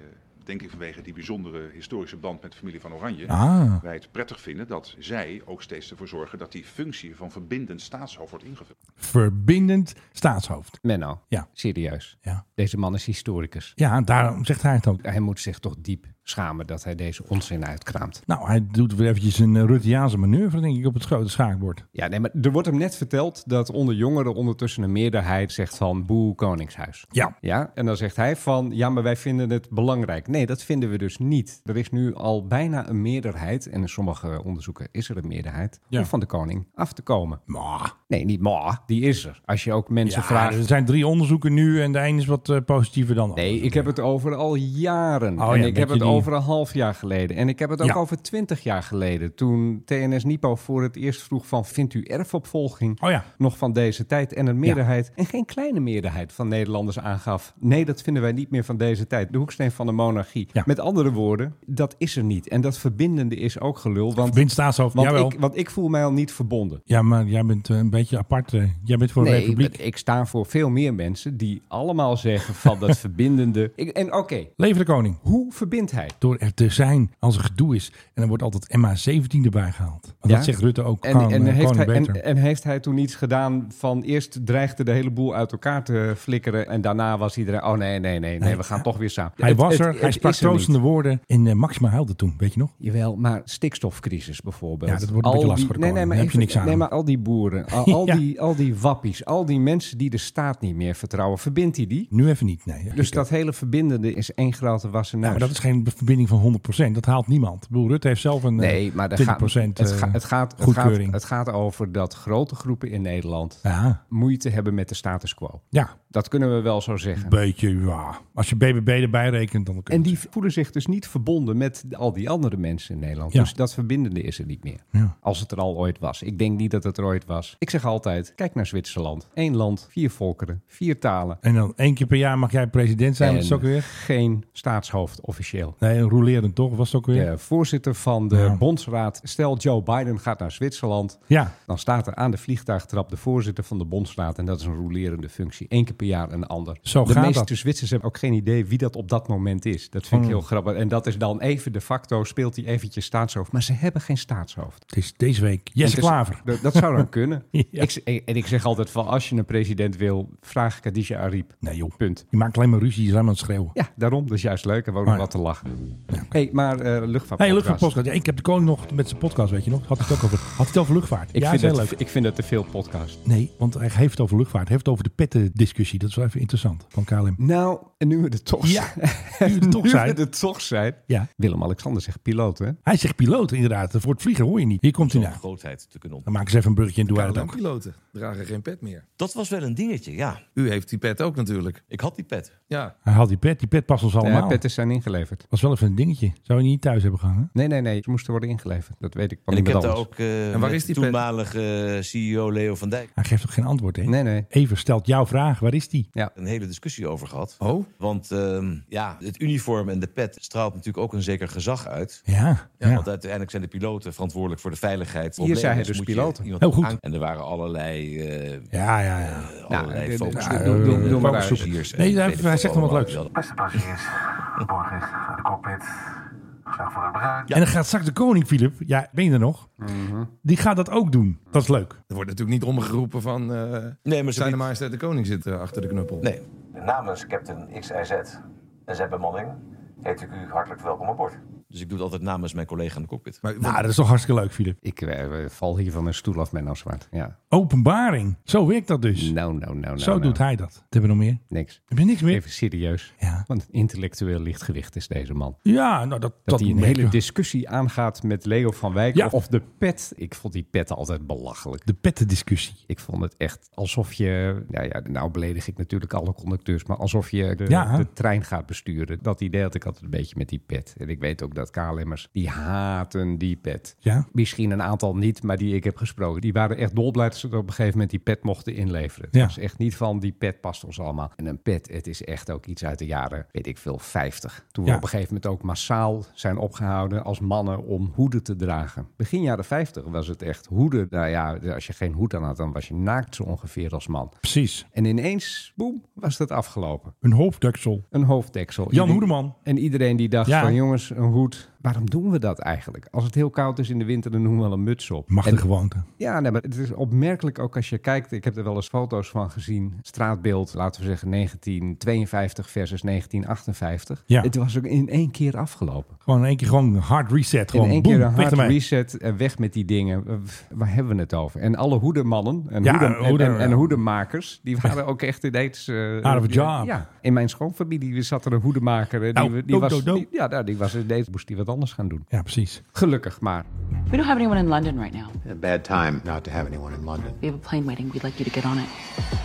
F: denk ik vanwege die bijzondere historische band met de familie van Oranje.
A: Ah.
F: wij het prettig vinden dat zij ook steeds ervoor zorgen. dat die functie van verbindend staatshoofd wordt ingevuld.
A: Verbindend staatshoofd.
B: Menno,
A: Ja.
B: serieus.
A: Ja.
B: Deze man is historicus.
A: Ja, daarom zegt hij het ook.
B: Hij moet zich toch diep schamen dat hij deze onzin uitkraamt.
A: Nou, hij doet weer eventjes een eh, Rutteaanse manoeuvre, denk ik, op het grote schaakbord.
B: Ja, nee, maar er wordt hem net verteld dat onder jongeren ondertussen een meerderheid zegt van boe Koningshuis.
A: Ja.
B: Ja, en dan zegt hij van ja, maar wij vinden het belangrijk. Nee, dat vinden we dus niet. Er is nu al bijna een meerderheid, en in sommige onderzoeken is er een meerderheid,
A: Ja.
B: om van de koning af te komen.
A: Maar
B: Nee, niet maar, die is er. Als je ook mensen
A: ja,
B: vraagt.
A: er zijn drie onderzoeken nu en de een is wat eh, positiever dan de
B: Nee,
A: ander.
B: ik heb het over al jaren.
A: Oh ja,
B: en
A: dat
B: ik heb
A: je
B: het
A: die
B: over een half jaar geleden. En ik heb het ook
A: Ja.
B: over twintig jaar geleden. Toen TNS Nipo voor het eerst vroeg van... vindt u erfopvolging
A: Oh ja.
B: nog van deze tijd? En een meerderheid, en geen kleine meerderheid van Nederlanders aangaf... nee, dat vinden wij niet meer van deze tijd. De hoeksteen van de monarchie.
A: Ja.
B: Met andere woorden, dat is er niet. En dat verbindende is ook gelul. Want,
A: Verbindt staatshoofd,
B: want,
A: jawel.
B: ik, want ik voel mij al niet verbonden.
A: Ja, maar jij bent eh, een beetje apart. eh. Jij bent voor de
B: Nee,
A: republiek.
B: ik, ik sta voor veel meer mensen die allemaal zeggen van dat verbindende. Ik, en oké,
A: Leven de koning.
B: hoe verbindt hij?
A: Door er te zijn als er gedoe is. En dan wordt altijd MA17 erbij gehaald. Want
B: Ja.
A: dat zegt Rutte ook.
B: En,
A: kan,
B: en,
A: eh,
B: heeft
A: koning
B: hij,
A: beter.
B: en, en heeft hij toen iets gedaan van eerst dreigde de hele boel uit elkaar te flikkeren en daarna was iedereen, oh nee, nee, nee, nee, we gaan toch weer samen.
A: hij
B: Het-
A: was
B: het-
A: er,
B: het
A: hij
B: is
A: sprak
B: er niet.
A: troostende woorden. En eh, Maxima huilde toen, weet je nog?
B: Jawel, maar stikstofcrisis bijvoorbeeld.
A: Ja, dat wordt een beetje lastig
B: die-
A: voor de
B: nee, nee,
A: koning.
B: maar
A: Daar heb je niks
B: even-
A: aan.
B: Nee, maar al die boeren, al, al
A: Ja.
B: die, al die wappies, al die mensen die de staat niet meer vertrouwen, verbindt hij die?
A: Nu even niet, nee.
B: Dus
A: Ik-
B: dat hele verbindende is één grote wassen
A: Ja, maar dat is geen verbinding van 100%. Dat haalt niemand. Ik bedoel, Rutte heeft zelf een eh,
B: Nee, maar er
A: 20%
B: gaat, het,
A: eh,
B: ga- het, gaat, het, gaat,
A: goedkeuring.
B: het gaat over dat grote groepen in Nederland
A: ja,
B: moeite hebben met de status quo.
A: ja,
B: Dat kunnen we wel zo zeggen.
A: een beetje, ja. Als je BBB erbij rekent, dan kun je
B: En die voelen zich dus niet verbonden met al die andere mensen in Nederland.
A: Ja.
B: Dus dat verbindende is er niet meer.
A: Ja.
B: Als het er al ooit was. Ik denk niet dat het er ooit was. Ik zeg altijd, kijk naar Zwitserland. Eén land, vier volkeren, vier talen.
A: En dan één keer per jaar mag jij president zijn, dat is
B: En
A: ook weer.
B: geen staatshoofd officieel.
A: Nee, een rolerend toch, was het ook weer. Ja.
B: De voorzitter van de
A: Ja.
B: bondsraad, stel Joe Biden gaat naar Zwitserland. Dan staat er aan de vliegtuigtrap de voorzitter van de bondsraad. En dat is een rolerende functie. Eén keer per jaar een ander.
A: Zo
B: de
A: gaat
B: meeste
A: dat. Hmm.
B: Zwitsers hebben ook geen idee wie dat op dat moment is. Dat vind ik heel grappig. En dat is dan even de facto, speelt hij eventjes staatshoofd. Maar ze hebben geen staatshoofd.
A: het is deze week Jesse
B: En dus-
A: Klaver.
B: Dat, dat zou dan kunnen.
A: Ja.
B: ik, z- en ik zeg altijd van, als je een president wil, vraag Khadija Ariep.
A: Nee joh,
B: Punt.
A: je maakt alleen maar ruzie, je is alleen maar aan het schreeuwen.
B: Ja, daarom. Dat is juist leuk. En we ook
A: Maar-
B: nog wat te lachen. hey, maar eh luchtvaartpodcast.
A: Hé, Oh hey, luchtvaartpodcast. Ja, ik heb de koning nog met zijn podcast, weet je nog. Had hij het ook over, had hij het over luchtvaart?
B: Ik,
A: ja,
B: vind
A: is heel
B: dat,
A: leuk.
B: ik vind dat te veel podcast.
A: Nee, want hij heeft het over luchtvaart. Hij heeft het over de petten-discussie. Dat is wel even interessant van KLM.
B: Nou, en nu we er toch
A: Ja, nu we er toch zijn. Oh,
B: we er toch zijn.
A: Ja.
B: Willem-Alexander zegt piloot, hè?
A: Hij zegt piloot inderdaad. Voor het vliegen hoor je niet. Hier komt hij nou.
G: grootheid te kunnen op.
A: Dan maak eens even een bruggetje en doe hij dat ook.
H: KLM-piloten dragen geen pet meer.
G: Dat was wel een dingetje, ja.
H: U heeft die pet ook natuurlijk.
G: Ik had die pet.
H: Ja,
A: Hij had die pet. Die pet past ons allemaal.
B: Ja, petten zijn ingeleverd.
A: was wel even een dingetje. Zou je niet thuis hebben gegaan, hè?
B: Nee, nee, nee. Ze moesten worden ingeleverd. Dat weet ik van
G: En ik heb
B: iemand
G: daar
B: anders.
G: ook eh
H: En waar
G: met
H: is die pet?
G: toenmalige eh, CEO Leo van Dijk
A: Hij geeft ook geen antwoord, hè?
B: Nee, nee.
A: Even stelt jouw vraag. Waar is die?
G: een hele discussie over gehad.
H: Oh?
G: Want ehm, ja, het uniform en de pet straalt natuurlijk ook een zeker gezag uit.
A: Ja. ja,
G: Want eh, uiteindelijk zijn de piloten verantwoordelijk voor de veiligheid.
B: Hier zei hij
G: Problemen is,
B: dus
G: moet je
B: piloten.
G: iemand
A: Heel goed.
G: aan- En er waren allerlei, eh
A: Ja, ja, ja.
G: allerlei
B: dit-
G: focus-
B: nou, doe- doe- doe maar uit.
G: passagiers en
A: Nee, hij-
G: weet
A: hij
G: ik veel
A: zegt nog wat
G: allemaal.
A: leuks.
I: Beste passagiers, de borgers voor de cockpit. Slag voor het bruin.
A: En dan gaat straks de koning, Filip. Ja, ben je er nog? Die gaat dat ook doen. Dat is leuk.
H: er wordt natuurlijk niet omgeroepen van... eh
G: Nee, maar ze-
H: zijn de majesteit de koning zit eh, achter de knuppel.
G: Nee,
I: Namens Captain XIZ en zijn bemanning heet ik u hartelijk welkom aan boord.
G: dus ik doe het altijd namens mijn collega in de cockpit.
H: Maar, wat-
A: Nou, dat is toch hartstikke leuk, Filip.
B: Ik eh, eh, val hier van een stoel af, Menno Zwart. Ja.
A: Openbaring. Zo werkt dat dus.
B: Nou, nou, nou,
A: Zo doet hij dat. Wat hebben we nog meer?
B: Niks.
A: Heb je niks meer?
B: Even serieus.
A: Ja.
B: Want een intellectueel lichtgewicht is deze man.
A: Ja, nou dat...
B: Dat, hij een
A: merk je.
B: hele discussie aangaat met Leo van Wijk.
A: Ja.
B: Of, of de pet. Ik vond die pet altijd belachelijk.
A: De pettendiscussie.
B: Ik vond het echt alsof je, nou ja, nou beledig ik natuurlijk alle conducteurs, maar alsof je de,
A: Ja.
B: de trein gaat besturen. Dat idee had ik altijd een beetje met die pet. En ik weet ook dat KLM'ers, die haten die pet.
A: Ja.
B: Misschien een aantal niet, maar die ik heb gesproken, die waren echt dolblij dat ze er op een gegeven moment die pet mochten inleveren. Het
A: Ja.
B: was echt niet van, die pet past ons allemaal. En een pet, het is echt ook iets uit de jaren, weet ik veel, 50. Toen
A: Ja.
B: we op een gegeven moment ook massaal zijn opgehouden als mannen om hoeden te dragen. Begin jaren 50 was het echt hoeden. Nou ja, als je geen hoed aan had, dan was je naakt zo ongeveer als man.
A: Precies.
B: En ineens, boem, was dat afgelopen.
A: Een hoofddeksel.
B: Een e- hoofddeksel.
A: Jan
B: Ieder-
A: Hoedeman.
B: En iedereen die dacht
A: Ja.
B: van jongens, een hoed. Waarom doen we dat eigenlijk? Als het heel koud is in de winter, dan doen we wel een muts op.
A: Mag
B: En-
A: de gewoonte.
B: ja, nee, maar het is opmerkelijk ook als je kijkt. Ik heb er wel eens foto's van gezien. Straatbeeld, laten we zeggen 1952 versus 1958.
A: Ja.
B: Het was ook in één keer afgelopen.
A: Gewoon in één keer gewoon een hard reset. Gewoon
B: in één
A: boem,
B: keer een
A: weg
B: hard
A: ermee.
B: reset en weg met die dingen. Eh, Waar hebben we het over? En alle hoedemannen en,
A: Ja,
B: hoeden- en-
A: hoeden-
B: en, en hoedenmakers, die waren ook echt ineens... Uh,
A: Out of a job.
B: Ja, in mijn schoonfamilie zat er een hoedemaker. eh, Die,
A: Nou,
B: we- die
A: dood,
B: was,
A: dood, dood.
B: die- ja, nou, die was ineens, moest die wat anders gaan doen.
A: Ja, precies.
B: Gelukkig maar.
J: We don't have anyone in London right now.
K: A bad time not to have anyone in London.
J: We have a plane waiting. We'd like you to get on it.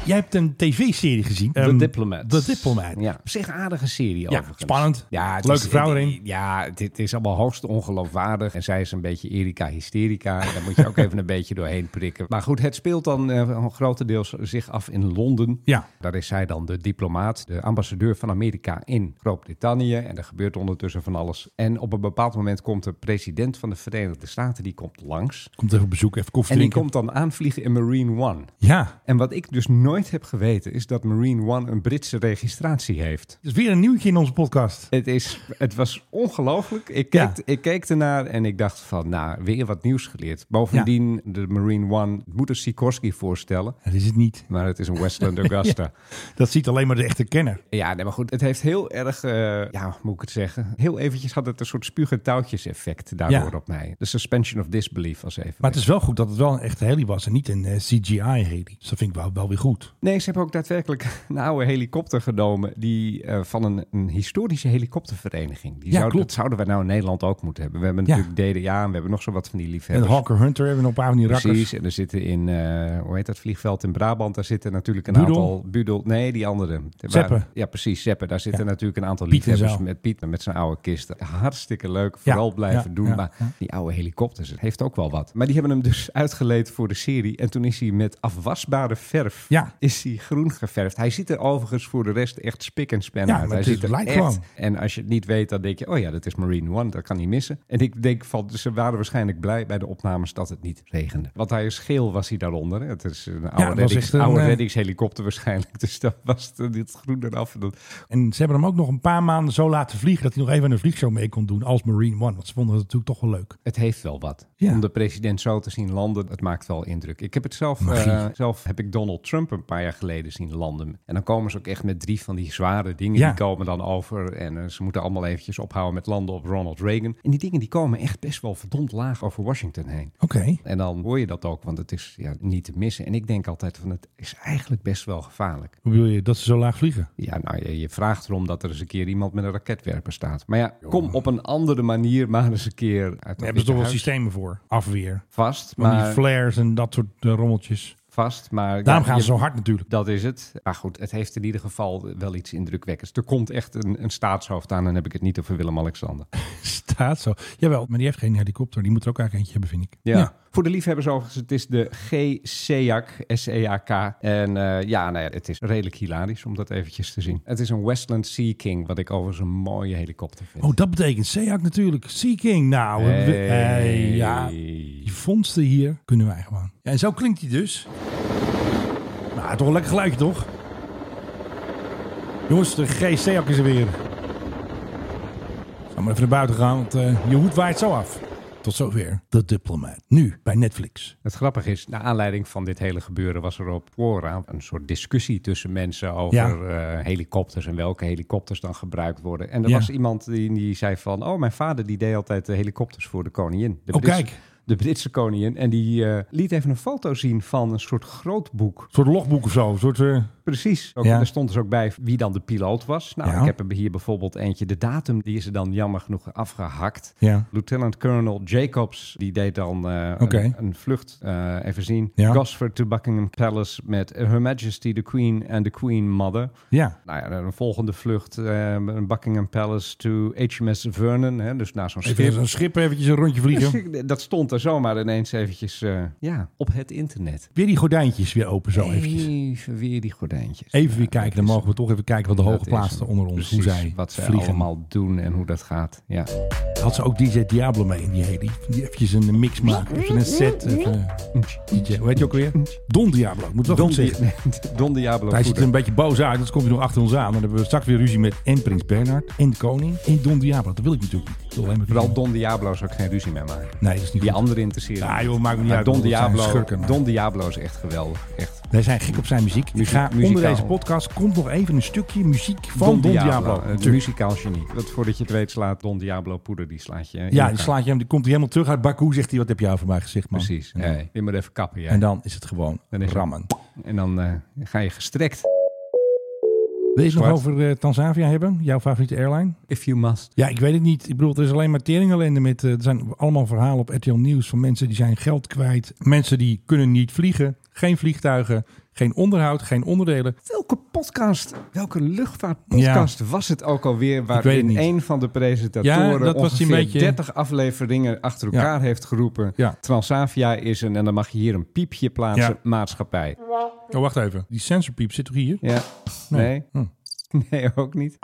A: Jij hebt een tv-serie gezien.
B: The
A: Ehm,
B: Diplomat.
A: The Diplomat.
B: Ja, op zich een aardige serie
A: Ja,
B: overigens.
A: spannend.
B: het
A: Leuke
B: is-
A: vrouw erin.
B: Ja, dit is allemaal hoogst ongeloofwaardig. En zij is een beetje Erika Hysterica. Daar moet je ook even een beetje doorheen prikken. Maar goed, het speelt dan eh, grotendeels zich af in Londen.
A: Ja.
B: Daar is zij dan de diplomaat, de ambassadeur van Amerika in Groot-Brittannië. En er gebeurt ondertussen van alles. En op een bepaald moment komt de president van de Verenigde Staten, die komt langs.
A: Komt even op bezoek, even koffie
B: En die
A: drinken.
B: komt dan aanvliegen in Marine One.
A: Ja,
B: En wat ik dus nooit heb geweten, is dat Marine One een Britse registratie heeft.
A: dat is weer een nieuwtje in onze podcast.
B: Het, is, het was ongelooflijk. Ik
A: Ja.
B: keek, ik keek ernaar en ik dacht van, nou, weer wat nieuws geleerd. Bovendien, de Marine One moet een Sikorsky voorstellen.
A: Dat is het niet.
B: Maar het is een Westland Augusta.
A: Dat ziet alleen maar de echte kenner.
B: Ja, nee, maar goed, het heeft heel erg, eh, ja, hoe moet ik het zeggen? Heel eventjes had het een soort spuugentouwtjes effect daardoor
A: Ja.
B: op mij. De suspension of disbelief was even.
A: Maar het is wel goed dat het wel een echte heli was en niet een eh, CGI-heli. Dus dat vind ik wel, wel weer goed.
B: Nee, ze hebben ook daadwerkelijk een oude helikopter genomen. Die eh, van een, een historische helikoptervereniging. Die
A: Ja,
B: zou,
A: klopt.
B: Dat zouden we nou in Nederland ook moeten hebben. We hebben
A: Ja.
B: natuurlijk DDA en we hebben nog zo wat van die
A: En de
B: liefhebbers.
A: Hawker Hunter hebben we nog een paar van die rakkers.
B: Precies, en er zitten in, eh, hoe heet dat vliegveld in Brabant, daar zitten natuurlijk een
A: Budel?
B: aantal... Budel, nee, die andere. Waar-
A: Zeppen.
B: ja, precies, Zeppen. Daar zitten
A: Ja.
B: natuurlijk een aantal
A: Piet en
B: liefhebbers
A: zo.
B: met Piet, met zijn oude kisten. Hartstikke leuk, vooral
A: Ja,
B: blijven
A: ja,
B: doen.
A: ja,
B: maar
A: ja.
B: die oude helikopters, het heeft ook wel wat. Maar die hebben hem dus uitgeleend voor de serie. En toen is hij met afwasbare verf,
A: Ja.
B: is hij groen geverfd. Hij ziet er overigens voor de rest echt spik en span
A: Ja,
B: uit.
A: maar
B: Hij
A: het is-
B: ziet er
A: lijkt
B: echt
A: gewoon.
B: en als je het niet weet, dan denk je, oh ja, dat is Marine One, dat kan niet missen. En ik denk van, ze waren waarschijnlijk blij bij de opnames dat het niet regende. Want hij is geel, was hij daaronder. Het is een oude,
A: het was
B: reddings,
A: echt een,
B: oude
A: eh,
B: reddingshelikopter waarschijnlijk. Dus dat was het, dit groen eraf. En dat-
A: En ze hebben hem ook nog een paar maanden zo laten vliegen... dat hij nog even aan een vliegshow mee kon doen als Marine One. Want ze vonden het natuurlijk toch wel leuk.
B: Het heeft wel wat.
A: Ja.
B: Om de president zo te zien landen, het maakt wel indruk. Ik heb het zelf,
A: Magie.
B: eh, zelf heb ik Donald Trump een paar jaar geleden zien landen. En dan komen ze ook echt met drie van die zware dingen.
A: Ja.
B: Die komen dan over en eh, ze moeten allemaal eventjes ophouden met landen op Ronald Reagan. En die dingen die komen echt best wel verdomd laag over Washington heen.
A: Oké.
B: En dan hoor je dat ook, want het is ja, niet te missen. En ik denk altijd van, het is eigenlijk best wel gevaarlijk.
A: Hoe bedoel je dat ze zo laag vliegen?
B: Ja, nou, je, je vraagt erom dat er eens een keer iemand met een raketwerper staat. Maar ja, kom op een andere manier maar eens een keer uit dat
A: Daar hebben
B: Witte
A: ze toch wel
B: Huis.
A: systemen voor. Afweer.
B: Vast,
A: Van die
B: maar...
A: flares en dat soort eh, rommeltjes.
B: Vast, maar...
A: Daarom
B: ja,
A: gaan ze
B: je-
A: zo hard natuurlijk.
B: Dat is het. Maar goed, het heeft in ieder geval wel iets indrukwekkends. Er komt echt een, een staatshoofd aan. Dan heb ik het niet over Willem-Alexander.
A: Staat zo. Jawel, maar die heeft geen helikopter. Die moet er ook eigenlijk eentje hebben, vind ik.
B: Ja. Voor de liefhebbers overigens, het is de G-SEAK, S-E-A-K. E En eh, ja, nou ja, het is redelijk hilarisch om dat eventjes te zien. Het is een Westland Sea King, wat ik overigens een mooie helikopter vind.
A: Oh, dat betekent Seahawk natuurlijk. Sea King. Nou, we- we- hey, ja. Die vondsten hier kunnen wij gewoon. Ja, en zo klinkt hij dus. Nou, toch een lekker geluidje, toch? Jongens, de GC-hak is er weer. Zal maar even naar buiten gaan, want eh, je hoed waait zo af. Tot zover de Diplomaat. Nu bij Netflix.
B: Het grappige is, naar aanleiding van dit hele gebeuren was er op Quora een soort discussie tussen mensen over eh, helikopters en welke helikopters dan gebruikt worden. En er
A: Ja.
B: was iemand die, die zei van, oh mijn vader die deed altijd de helikopters voor de koningin. De
A: Oh,
B: Britse-
A: kijk.
B: De Britse koningin. En die eh, liet even een foto zien van een soort groot boek.
A: Een soort logboek of zo. Een soort, eh,
B: Precies. Ook,
A: Ja.
B: Daar stond dus ook bij wie dan de piloot was. Nou,
A: Ja.
B: ik heb er hier bijvoorbeeld eentje. De datum die is er dan jammer genoeg afgehakt.
A: ja.
B: Lieutenant Colonel Jacobs, die deed dan eh,
A: Oké.
B: een, een vlucht, eh, even zien.
A: Ja.
B: Gosford to Buckingham Palace met Her Majesty the Queen and the Queen Mother.
A: Ja.
B: Nou ja, dan een volgende vlucht, eh, Buckingham Palace to HMS Vernon, hè, dus naar zo'n schip.
A: Even een schip eventjes een rondje vliegen.
B: Dat stond er zomaar ineens eventjes eh, ja, op het internet.
A: Weer die gordijntjes weer open zo eventjes.
B: Even weer die gordijntjes.
A: Even weer
B: Ja,
A: kijken.
B: dat
A: Dan
B: is-
A: mogen we toch even kijken wat de hoge
B: dat is hem.
A: plaatsen onder ons, hoe
B: Precies,
A: zij
B: wat zij
A: vliegen.
B: allemaal doen en hoe dat gaat. Ja.
A: Had ze ook DJ Diablo mee in die heli? Die eventjes een mix maken. Even een set. Even, DJ. Hoe heet je ook weer? Don Diablo. Moet wel
B: Don,
A: goed zeggen.
B: Di- Don Diablo
A: Hij ziet er
B: Voeder.
A: een beetje boos uit. Dat komt hij nog achter ons aan. Maar dan hebben we straks weer ruzie met en Prins Bernhard. En de koning. En Don Diablo. Dat wil ik natuurlijk niet. Ik wil alleen maar
B: Vooral Don Diablo zou ik geen ruzie mee maken.
A: Nee, dat is niet
B: Die
A: goed.
B: andere interesseren.
A: Ja, joh, maakt me niet
B: Maar
A: uit.
B: Don
A: Dat zijn
B: Diablo,
A: schurken, maar-
B: Don Diablo is echt geweldig. Echt.
A: Wij zijn gek op zijn muziek. Ik
B: Muziek-
A: ga onder
B: muzikaal.
A: deze podcast. Komt nog even een stukje muziek van Don, Diablo. eh,
B: Een
A: Natuurlijk.
B: eh, muzikaal genie. Dat voordat je het weet slaat Don Diablo poeder, die slaat je. in
A: Ja,
B: elkaar.
A: die slaat je hem. Die komt hij helemaal terug uit Baku. Zegt hij, wat heb jij voor mij gezegd, man?
B: Precies.
A: En
B: Nee,
A: dan,
B: je moet even kappen, jij.
A: en dan is het gewoon
B: Dan is het-
A: rammen.
B: En dan eh, ga je gestrekt.
A: Wil je het nog
B: Zwart.
A: over eh, Tanzania hebben? Jouw favoriete airline?
B: If you must.
A: Ja, ik weet het niet. Ik bedoel, er is alleen maar teringalende met... eh, er zijn allemaal verhalen op RTL Nieuws van mensen die zijn geld kwijt. Mensen die kunnen niet vliegen. Geen vliegtuigen. Geen onderhoud, geen onderdelen.
B: Welke podcast, welke luchtvaartpodcast was het ook alweer...
A: het
B: waarin
A: niet.
B: een van de presentatoren
A: Ja, dat was die
B: ongeveer
A: beetje-
B: 30 afleveringen achter
A: Ja.
B: elkaar heeft geroepen...
A: Ja.
B: Transavia is een, en dan mag je hier een piepje plaatsen,
A: Ja.
B: maatschappij.
A: Oh, wacht even. Die sensorpiep zit toch hier?
B: Ja, nee.
A: Hm.
B: Nee, ook niet.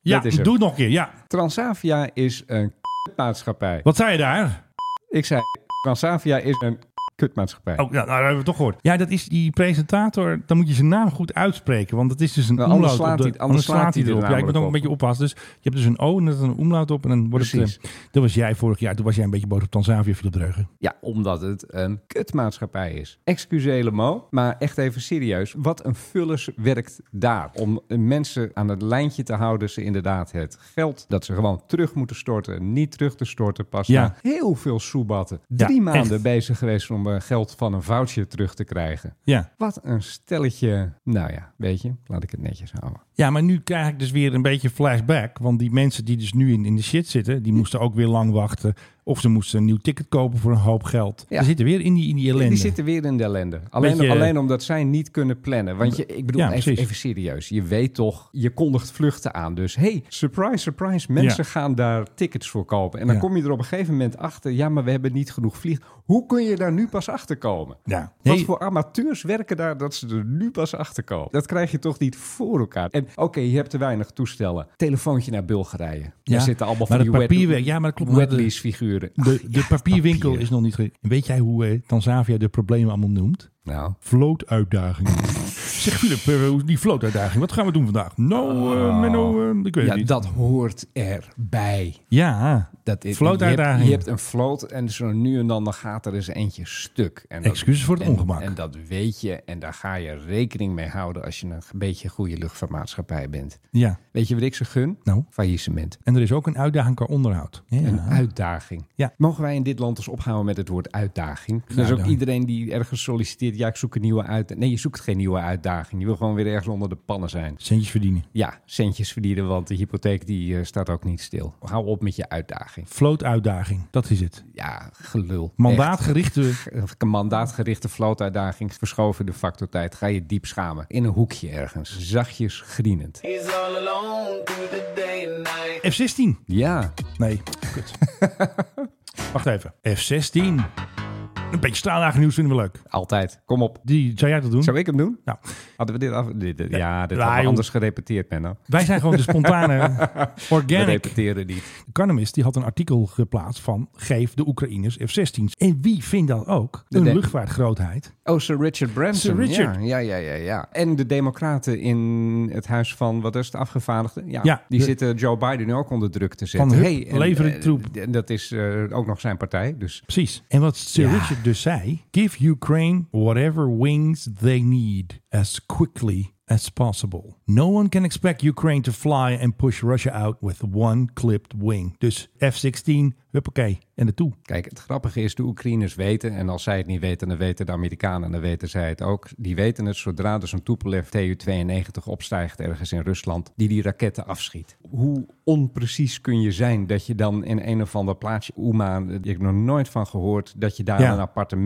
A: Ja,
B: dat is hem.
A: doe het nog een keer. Ja.
B: Transavia is een maatschappij.
A: Wat zei je daar?
B: Ik zei, Transavia is een kutmaatschappij.
A: Oh, ja, nou, dat hebben we het toch gehoord. Ja, dat is die presentator. Dan moet je zijn naam goed uitspreken. Want het is dus een
B: Nou, anders
A: omlaut
B: slaat
A: op de-
B: hij- anders slaat hij er
A: erop. Ja, ik ben ook
B: namelijk
A: een
B: op.
A: beetje oppassen. Dus je hebt dus een O en dan een omlaut op. En dan wordt
B: Precies.
A: het... eh, dat was jij vorig jaar. Toen was jij een beetje boos op Tanzavia, Philip Dreugen.
B: Ja, omdat het een kutmaatschappij is. Excuus helemaal, maar echt even serieus. Wat een vullers werkt daar. Om mensen aan het lijntje te houden, ze inderdaad het geld dat ze gewoon terug moeten storten, niet terug te storten, pas
A: Ja.
B: na heel veel soebatten.
A: Ja,
B: Drie maanden
A: echt.
B: bezig geweest om eh, geld van een voucher terug te krijgen.
A: Ja.
B: Wat een stelletje. Nou ja, weet je, laat ik het netjes houden.
A: Ja, maar nu krijg ik dus weer een beetje flashback. Want die mensen die dus nu in, in de shit zitten, die moesten ook weer lang wachten. Of ze moesten een nieuw ticket kopen voor een hoop geld.
B: Ja.
A: Ze zitten weer in die, in die ellende.
B: Die zitten weer in de ellende. Alleen,
A: Beetje-
B: alleen omdat zij niet kunnen plannen. Want je, ik bedoel,
A: Ja,
B: even,
A: precies.
B: even serieus. Je weet toch, je kondigt vluchten aan. Dus hey, surprise, surprise. Mensen gaan daar tickets voor kopen. En dan
A: Ja.
B: kom je er op een gegeven moment achter. Ja, maar we hebben niet genoeg vlieg. Hoe kun je daar nu pas achter komen?
A: Ja.
B: Wat
A: Nee.
B: voor amateurs werken daar dat ze er nu pas achter komen? Dat krijg je toch niet voor elkaar. En oké, je hebt te weinig toestellen. Telefoontje naar Bulgarije. Daar zitten allemaal
A: maar
B: van
A: het
B: die wet-
A: papierwerk, ja, maar dat klopt. Maar
B: wet
A: de-
B: lease figuren.
A: De,
B: Ach,
A: de papierwinkel
B: papier.
A: is nog niet... ge- Weet jij hoe eh, Tanzavia de problemen allemaal noemt?
B: Nou,
A: Vlootuitdaging. zeg Philip, eh, hoe is die vlootuitdaging, wat gaan we doen vandaag? Nou, eh Menno, eh, ik weet
B: ja,
A: het niet.
B: dat hoort erbij.
A: ja,
B: Dat is, Je
A: Vlootuitdaging.
B: hebt, je hebt een vloot en zo nu en dan, dan gaat er eens eentje stuk. En dat-
A: Excuses voor het
B: en-
A: ongemak.
B: En dat weet je en daar ga je rekening mee houden als je een beetje goede luchtvaartmaatschappij bent.
A: ja.
B: Weet je wat ik ze gun?
A: Nou?
B: Faillissement.
A: En er is ook een uitdaging qua onderhoud. Ja.
B: Een uitdaging.
A: Ja.
B: Mogen wij in dit land eens ophouden met het woord uitdaging? Dus ook
A: uitdaging.
B: iedereen die ergens solliciteert, ja, ik zoek een nieuwe uitdaging. Nee, je zoekt geen nieuwe uitdaging. Je wil gewoon weer ergens onder de pannen zijn.
A: Centjes verdienen.
B: Ja, centjes verdienen, want de hypotheek die eh, staat ook niet stil. Hou op met je uitdaging.
A: Vlootuitdaging, dat is het.
B: Ja, gelul.
A: Mandaatgerichte...
B: Echt. Een mandaatgerichte vlootuitdaging verschoven de factor tijd. Ga je diep schamen. In een hoekje ergens. Zachtjes grienend.
A: F-16.
B: Ja,
A: Nee, kut. Wacht even. F-16. Een beetje straaldagen nieuws vinden we leuk.
B: altijd. Kom op.
A: Die, zou jij dat doen?
B: Zou ik hem doen?
A: Nou,
B: Hadden we dit af... dit- dit- ja, dit
A: Ja,
B: hadden
A: joh.
B: we anders gerepeteerd, Menno.
A: wij zijn gewoon de spontane,
B: We
A: organic
B: repeteren niet.
A: Economist die had een artikel geplaatst van geef de Oekraïners F-16's. En wie vindt dat ook?
B: De
A: Een
B: de-
A: luchtvaartgrootheid.
B: Oh, Sir Richard Branson.
A: Sir Richard.
B: Ja, ja, ja, ja, ja. En de democraten in het huis van, wat is het, afgevaardigden? Ja,
A: Ja,
B: die
A: de-
B: zitten Joe Biden nu ook onder druk te zetten.
A: hup,
B: Hey, en,
A: lever de
B: eh,
A: troep.
B: En dat is eh, ook nog zijn partij, dus...
A: Precies. En wat Sir
B: Ja.
A: Richard dus zei. Give Ukraine whatever wings they need as quickly as possible. No one can expect Ukraine to fly and push Russia out with one clipped wing. Dus F-16, huppakee, en naartoe.
B: Kijk, het grappige is, de Oekraïners weten, en als zij het niet weten, dan weten de Amerikanen en dan weten zij het ook. Die weten het zodra er zo'n Tupolev Tu-92 opstijgt ergens in Rusland, die die raketten afschiet. Hoe onprecies kun je zijn dat je dan in een of ander plaatsje, Oema, die heb ik nog nooit van gehoord, dat je daar
A: Ja.
B: een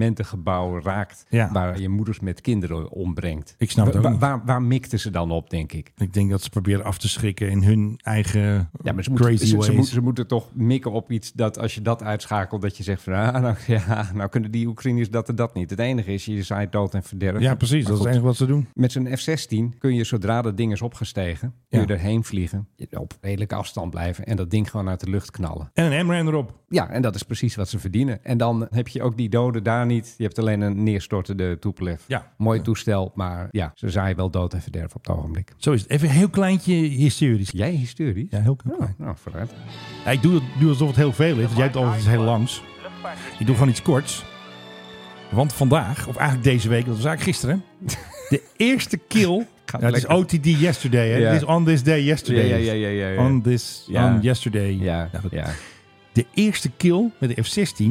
B: appartementengebouw raakt
A: Ja.
B: waar je moeders met kinderen ombrengt.
A: Ik snap het ook
B: Wa-
A: niet.
B: waar, waar mikten ze dan op, denk ik?
A: Ik denk dat ze proberen af te schrikken in hun eigen
B: Ja, maar ze moeten,
A: crazy
B: ze,
A: ways.
B: ze moeten, ze moeten toch mikken op iets dat als je dat uitschakelt, dat je zegt van ah, nou, ja, nou kunnen die Oekraïners dat en dat niet. Het enige is, je zaait dood en verderf.
A: ja, precies.
B: Maar
A: Dat is het
B: goed,
A: enige wat ze doen.
B: Met zo'n F-16 kun je zodra dat ding is opgestegen, kun je erheen vliegen, op redelijke afstand blijven en dat ding gewoon uit de lucht knallen.
A: En een MRAM erop.
B: Ja, en dat is precies wat ze verdienen. En dan heb je ook die doden daar niet. Je hebt alleen een neerstortende Tupolev.
A: Ja.
B: Mooi toestel, maar ja, ze zaaien wel dood en verderf op het ogenblik.
A: Zo is het. Even een heel kleintje hysterisch.
B: Jij historisch?
A: Ja, heel klein.
B: Oh, nou, vooruit.
A: Ja, ik doe, het- doe alsof het heel veel is, want jij hebt altijd iets heel langs. Ik doe gewoon iets korts. Want vandaag, of eigenlijk deze week, dat was eigenlijk gisteren, de eerste kill. Ja, het is
B: lekker.
A: OTD yesterday, hè?
B: Ja.
A: Het is on this day yesterday.
B: Ja, ja, ja, ja, ja, ja.
A: On this,
B: Ja.
A: on yesterday.
B: Ja,
A: Nou, goed.
B: ja.
A: De eerste kill met de F-16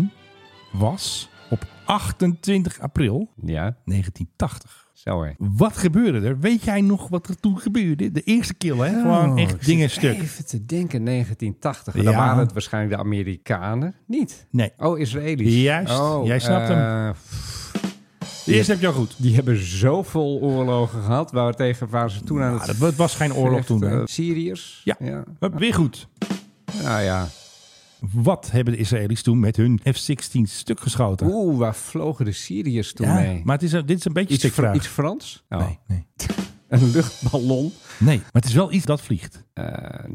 A: was op 28 april
B: ja.
A: 1980.
B: Zo hè.
A: Wat gebeurde er? Weet jij nog wat er toen gebeurde? De eerste kill, hè?
B: Oh,
A: Gewoon echt dingen stuk.
B: Even te denken, 1980. Dan
A: Ja.
B: waren het waarschijnlijk de Amerikanen niet.
A: Nee.
B: Oh, Israëli's.
A: Juist,
B: Oh,
A: jij snapt hem.
B: eh,
A: De eerste heb je al goed.
B: Die hebben zoveel oorlogen gehad waar tegen waar ze toen aan
A: Ja,
B: het
A: dat- het was geen oorlog toen.
B: vechten-
A: hè?
B: Syriërs?
A: Ja.
B: ja.
A: Hup, Weer goed.
B: Nou ja.
A: Wat hebben de Israëli's toen met hun F-16 stuk geschoten?
B: Oeh, waar vlogen de Syriërs toen
A: Ja,
B: mee?
A: Maar het is, een- dit is een beetje
B: iets, Fr-
A: stikvraag.
B: iets Frans? Oh,
A: nee, nee.
B: Een luchtballon?
A: nee, maar het is wel iets dat vliegt.
B: Eh,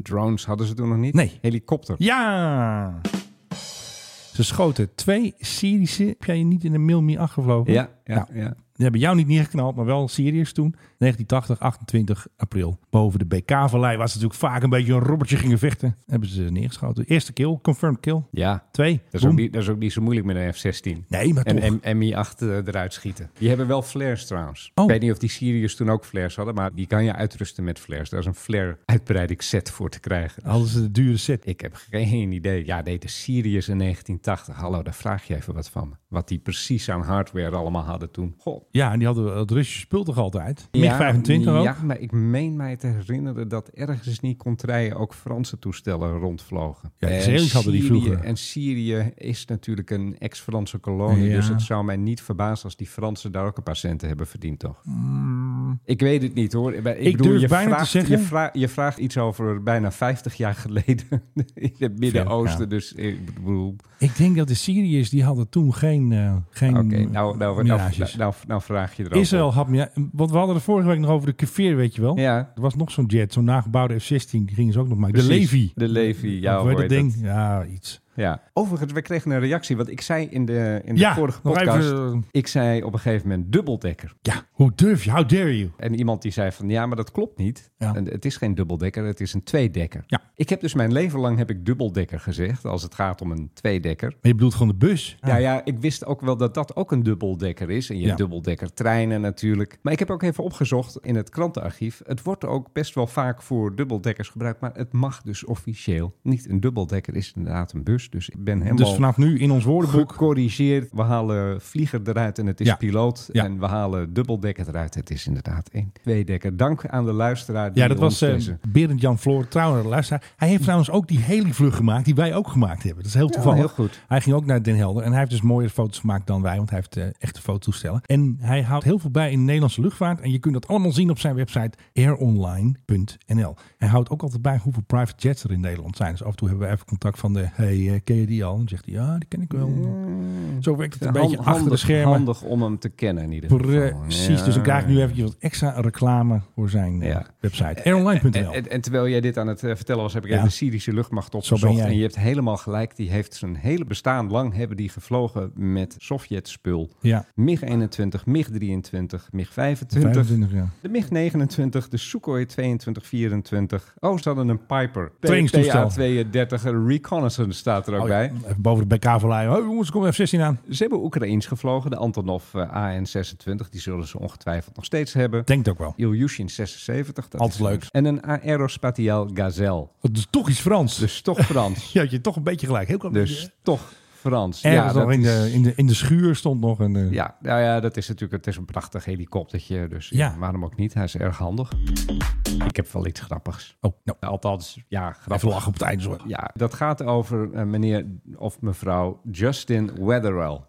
B: drones hadden ze toen nog niet?
A: Nee.
B: Helikopter?
A: Ja! Ze schoten twee Syrische. Heb jij je niet in de Milmi afgevlogen?
B: Ja, ja,
A: Nou,
B: ja.
A: Die hebben jou niet neergeknald, maar wel Syriërs toen. 1980, 28 april. Boven de BK-vallei was het natuurlijk vaak een beetje een robbertje gingen vechten. Hebben ze neergeschoten. Eerste kill, confirmed kill.
B: Ja.
A: Twee.
B: Dat is,
A: boom.
B: ook niet, dat is ook niet zo moeilijk met een F-16.
A: Nee, maar toch.
B: En M- MI-8 eh, eruit schieten. Die hebben wel flares trouwens.
A: Oh.
B: Ik weet niet of die Syriërs toen ook flares hadden, maar die kan je uitrusten met flares. Daar is een flare-uitbreidingsset voor te krijgen.
A: Hadden ze de dure set.
B: Ik heb geen idee. Ja, deed de Syriërs in 1980. Hallo, daar vraag je even wat van me. Wat die precies aan hardware allemaal hadden toen. Goh.
A: Ja, en die hadden het Russische spul toch altijd? MiG-25
B: ja,
A: ook?
B: Ja, maar ik meen mij te herinneren dat ergens niet contraien ook Franse toestellen rondvlogen.
A: Ja, de
B: En
A: Israëli's hadden die
B: Syrië-
A: vroeger.
B: En Syrië is natuurlijk een ex-Franse kolonie,
A: Ja.
B: dus het zou mij niet verbazen als die Fransen daar ook een paar centen hebben verdiend, toch? Ik weet het niet, hoor. Ik, bedoel,
A: durf
B: je
A: bijna te
B: vraagt,
A: zeggen-
B: Je, vra- je vraagt iets over bijna 50 jaar geleden in het Midden-Oosten, dus ik bedoel...
A: Ik denk dat de Syriërs, die hadden toen geen... eh, geen
B: Oké, nou, nou, nou,
A: mirages.
B: nou, nou vraag je erover.
A: Israël had... Ja, want we hadden er vorige week nog over de Kefir, weet je wel?
B: Ja,
A: Er was nog zo'n jet, zo'n nagebouwde F-16, die gingen ze ook nog maken. De
B: precies.
A: Levi.
B: De Levi, ja.
A: Of
B: hoe
A: weet dat
B: heet
A: ding?
B: dat?
A: Ja, iets.
B: Ja. Overigens, we kregen een reactie. Want ik zei in de, in de
A: ja,
B: vorige
A: nog
B: podcast...
A: even, eh,
B: Ik zei op een gegeven moment dubbeldekker.
A: ja, hoe durf je? How dare you?
B: En iemand die zei van, ja, maar dat klopt niet.
A: Ja.
B: En het is geen dubbeldekker, het is een tweedekker.
A: Ja.
B: Ik heb dus mijn leven lang heb ik dubbeldekker gezegd... als het gaat om een tweedekker.
A: Maar je bedoelt gewoon de bus.
B: Ja, ja, ik wist ook wel dat dat ook een dubbeldekker is. En je
A: Ja.
B: hebt dubbeldekker treinen natuurlijk. Maar ik heb ook even opgezocht in het krantenarchief. Het wordt ook best wel vaak voor dubbeldekkers gebruikt. Maar het mag dus officieel niet. Een dubbeldekker is inderdaad een bus. Dus ik ben helemaal
A: Dus vanaf nu in ons woordenboek.
B: gecorrigeerd. We halen vlieger eruit en het is
A: Ja.
B: piloot.
A: Ja.
B: En we halen dubbeldekker eruit. Het is inderdaad één tweedekker. Dank aan de luisteraar die
A: Ja, dat was
B: ons
A: eh
B: deze...
A: Berend Jan Floor, trouwens, luisteraar. Hij heeft trouwens ook die heli-vlucht gemaakt, die wij ook gemaakt hebben. Dat is heel toevallig.
B: heel goed.
A: Hij ging ook naar Den Helder en hij heeft dus mooiere foto's gemaakt dan wij, want hij heeft eh, echte fototoestellen. En hij houdt heel veel bij in de Nederlandse luchtvaart en je kunt dat allemaal zien op zijn website aironline.nl. Hij houdt ook altijd bij hoeveel private jets er in Nederland zijn. Dus af en toe hebben we even contact van de, hey, eh, ken je die al? En dan zegt hij, ja, die ken ik wel. Zo werkt het een beetje
B: Hand-
A: achter de
B: handig-
A: schermen.
B: Handig om hem te kennen in ieder geval.
A: Precies,
B: Ja.
A: dus dan krijg ik nu eventjes wat extra reclame voor zijn eh,
B: Ja. Eh,
A: website. Aironline.nl.
B: En, en- en terwijl jij dit aan het eh, vertellen was, heb ik
A: Ja.
B: even de Syrische luchtmacht
A: Zo ben
B: opgezocht.
A: jij.
B: En je hebt helemaal gelijk. Die heeft zijn hele bestaan lang hebben die gevlogen met Sovjet-spul.
A: Ja.
B: MiG-21, MiG-23, MiG-25.
A: 25 jaar.
B: De MiG-29, de Sukhoi 2224. Oh, ze hadden een Piper.
A: Trainingstoestel.
B: PA-32, een Reconnaissance staat er ook
A: Oh,
B: bij.
A: Even boven de BK-vallei. Oh jongens, kom F-16 aan.
B: Ze hebben Oekraïens gevlogen, de Antonov eh, AN-26. Die zullen ze ongetwijfeld nog steeds hebben.
A: Denk het ook wel.
B: Ilyushin 76. Dat
A: Altijd
B: is-
A: leuk.
B: En een Aerospatiaal Gazelle.
A: Het is toch iets Frans.
B: Dus toch Frans.
A: Ja, had je toch een beetje gelijk. Heel klein beetje.
B: dus toch Frans.
A: Ergens nog
B: dat
A: in, de,
B: is-
A: in, de, in de schuur stond nog een... eh,
B: Ja, nou ja, dat is natuurlijk het is een prachtig helikoptertje. Dus
A: Ja.
B: ja, waarom ook niet? Hij is erg handig. Ik heb wel iets grappigs.
A: Oh, nou,
B: Althans, ja, grappig.
A: even lachen op het einde. Zo. Oké.
B: Ja, dat gaat over eh, meneer of mevrouw Justin Wetherell.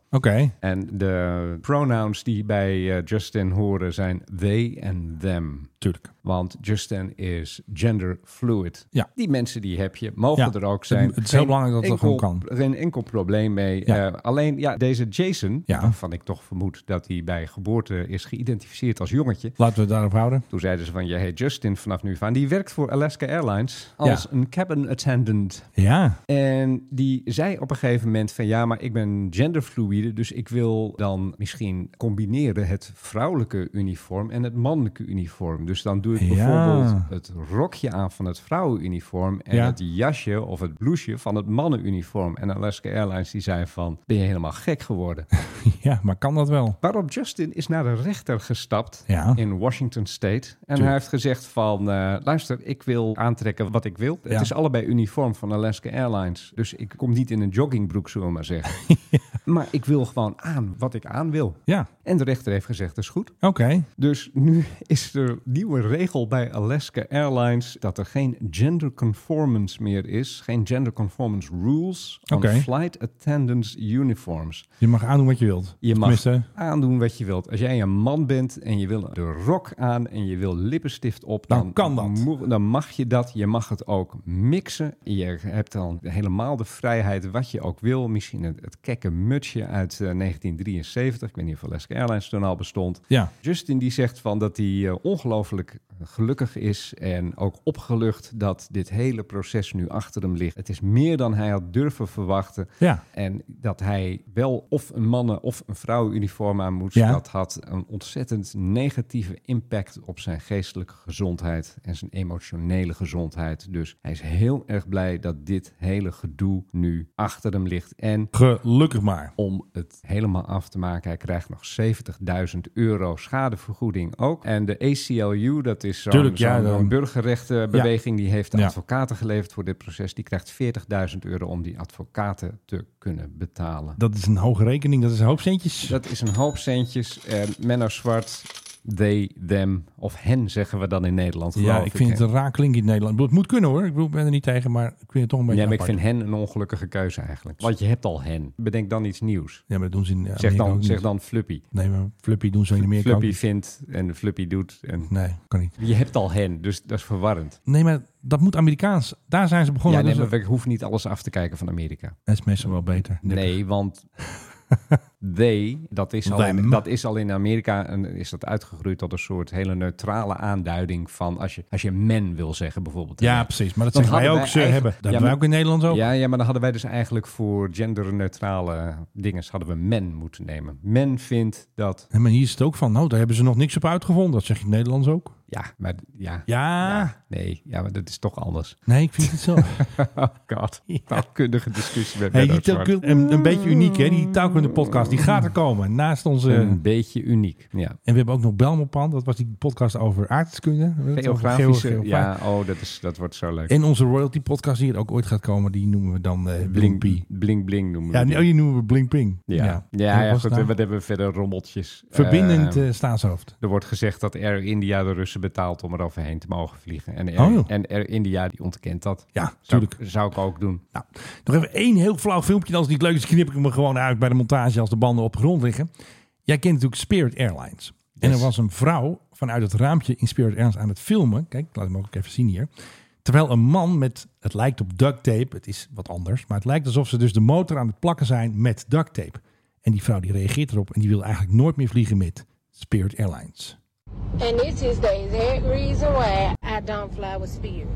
B: En de pronouns die bij eh, Justin horen zijn they en them.
A: Tuurlijk.
B: Want Justin is gender fluid.
A: Ja.
B: Die mensen die heb je, mogen
A: Ja.
B: er ook zijn.
A: Het- het is heel
B: Geen
A: belangrijk dat dat
B: enkel-
A: gewoon
B: Geen enkel probleem mee.
A: Ja.
B: Eh, alleen ja, deze Jason,
A: Ja.
B: waarvan ik toch vermoed dat hij bij geboorte is geïdentificeerd als jongetje.
A: Laten we het daarop houden.
B: Toen zeiden ze van, je heet Justin vanaf nu van. Die werkt voor Alaska Airlines als een cabin attendant.
A: Ja.
B: En die zei op een gegeven moment van ja, maar ik ben genderfluïde, dus ik wil dan misschien combineren het vrouwelijke uniform en het mannelijke uniform. Dus dan doe ik
A: Ja.
B: bijvoorbeeld het rokje aan van het vrouwenuniform en
A: Ja.
B: het jasje of het blouseje van het mannenuniform. En Alaska Airlines die zei van ben je helemaal gek geworden.
A: Ja, maar kan dat wel?
B: Waarop Justin is naar de rechter gestapt
A: Ja.
B: in Washington State. En hij heeft gezegd van, eh, luister, ik wil aantrekken wat ik wil.
A: Ja.
B: Het is allebei uniform van Alaska Airlines. Dus ik kom niet in een joggingbroek, zullen we maar zeggen. Maar ik wil gewoon aan wat ik aan wil.
A: Ja,
B: En de rechter heeft gezegd, dat is goed.
A: oké.
B: Dus nu is er een nieuwe regel bij Alaska Airlines dat er geen gender conformance meer is. Geen gender conformance rules on
A: Oké.
B: flight attendants uniforms.
A: Je mag aandoen wat je wilt.
B: Je mag
A: Tenminste,
B: aandoen wat je wilt. Als jij een man bent en je wil de rok aan en je wil lippenstift op,
A: Dan kan dat.
B: mo- Dan mag je dat. Je mag het ook mixen. Je hebt dan helemaal de vrijheid wat je ook wil. Misschien het, het kekke mutsje uit eh, 1973. Ik weet niet of Alaska Airlines toen al bestond.
A: ja.
B: Justin die zegt van dat hij eh, ongelooflijk gelukkig is en ook opgelucht dat dit hele proces nu achter hem ligt. Het is meer dan hij had durven verwachten.
A: Ja.
B: En dat hij wel of een mannen- of een vrouwenuniform aan moest,
A: Ja.
B: dat had een ontzettend negatieve impact op zijn geestelijke gezondheid en zijn emotionele gezondheid. Dus hij is heel erg blij dat dit hele gedoe nu achter hem ligt. En
A: Gelukkig maar.
B: om het helemaal af te maken. Hij krijgt nog 70.000 euro schadevergoeding ook. En de ACLU, dat is zo'n
A: Tuurlijk, ja,
B: zo'n
A: dan-
B: burgerrechtenbeweging... die heeft de
A: Ja.
B: advocaten geleverd voor dit proces. Die krijgt 40.000 euro om die advocaten te kunnen betalen.
A: Dat is een hoge rekening, dat is een hoop centjes.
B: Dat is een hoop centjes. En Menno Zwart, they, them, of hen zeggen we dan in Nederland.
A: ja,
B: geloof
A: ik, vind het
B: hè?
A: een raar klinkt in Nederland. Ik bedoel, Het moet kunnen hoor. Ik bedoel, ik ben er niet tegen, maar ik vind het toch een beetje
B: Ja, maar ik
A: apart.
B: vind hen een ongelukkige keuze eigenlijk. Want je hebt al hen. Bedenk dan iets nieuws.
A: Ja, maar dat doen ze in eh,
B: Zeg
A: Amerika ook
B: dan,
A: niet.
B: zeg dan Fluppy.
A: Nee, maar Fluppy doen ze in Amerika ook
B: Fluppy
A: niet.
B: vindt en Fluppy doet. En
A: Nee, kan niet.
B: Je hebt al hen, dus dat is verwarrend.
A: Nee, maar dat moet Amerikaans. Daar zijn ze
B: ja,
A: begonnen.
B: nee,
A: Dat
B: maar
A: is-
B: we hoeven niet alles af te kijken van Amerika.
A: Dat is meestal wel beter.
B: Nee, want they, dat is, al,
A: Them.
B: dat is al in Amerika en is dat uitgegroeid tot een soort hele neutrale aanduiding van als je, als je men wil zeggen bijvoorbeeld.
A: Ja, precies. Maar dat
B: Dan
A: zeggen wij
B: hadden
A: ook.
B: wij
A: Ze
B: eigen-
A: hebben. Dat
B: Ja,
A: hebben wij
B: maar-
A: ook in Nederland ook.
B: Ja, ja, maar dan hadden wij dus eigenlijk voor genderneutrale dingen dus hadden we men moeten nemen. Men vindt dat,
A: En maar hier is het ook van, nou, daar hebben ze nog niks op uitgevonden. Dat zeg je in het Nederlands ook.
B: ja, maar ja,
A: Ja.
B: ja, nee, ja, maar dat is toch anders.
A: Nee, ik vind het zo.
B: Oh god, taalkundige discussie met
A: hey, die
B: Menno Zwart.
A: taalkunde- een, een beetje uniek, hè? Die taalkunde podcast, die gaat er komen. Naast onze...
B: Een beetje uniek, ja.
A: En we hebben ook nog Belmopan. Dat was die podcast over aardrijkskunde.
B: Geografische,
A: Geo-
B: ja, oh, dat, is, dat wordt zo leuk.
A: En onze royalty podcast die er ook ooit gaat komen, die noemen we dan eh Blinkpie.
B: Bling, bling, bling noemen we
A: Ja, oh,
B: die.
A: nee, die noemen we Blinkping.
B: ja. ja.
A: Wat
B: ja,
A: was
B: goed,
A: het nou?
B: wat hebben we verder rommeltjes?
A: Verbindend
B: Eh,
A: eh, staatshoofd.
B: er wordt gezegd dat Air India de Russen betaalt om er overheen te mogen vliegen. En Air,
A: Oh, joh.
B: en Air India die ontkent dat.
A: Ja,
B: Zou,
A: tuurlijk.
B: zou ik ook doen.
A: Nou, nog even één heel flauw filmpje. En Als het niet leuk is, knip ik hem er gewoon uit bij de montage als de banden op de grond liggen. Jij kent natuurlijk Spirit Airlines. En er was een vrouw vanuit het raampje in Spirit Airlines aan het filmen. Kijk, laat hem ook even zien hier. Terwijl een man met, het lijkt op duct tape, het is wat anders. Maar het lijkt alsof ze dus de motor aan het plakken zijn met duct tape. En die vrouw die reageert erop en die wil eigenlijk nooit meer vliegen met Spirit Airlines.
J: And this is the exact reason why I don't fly with Spirit.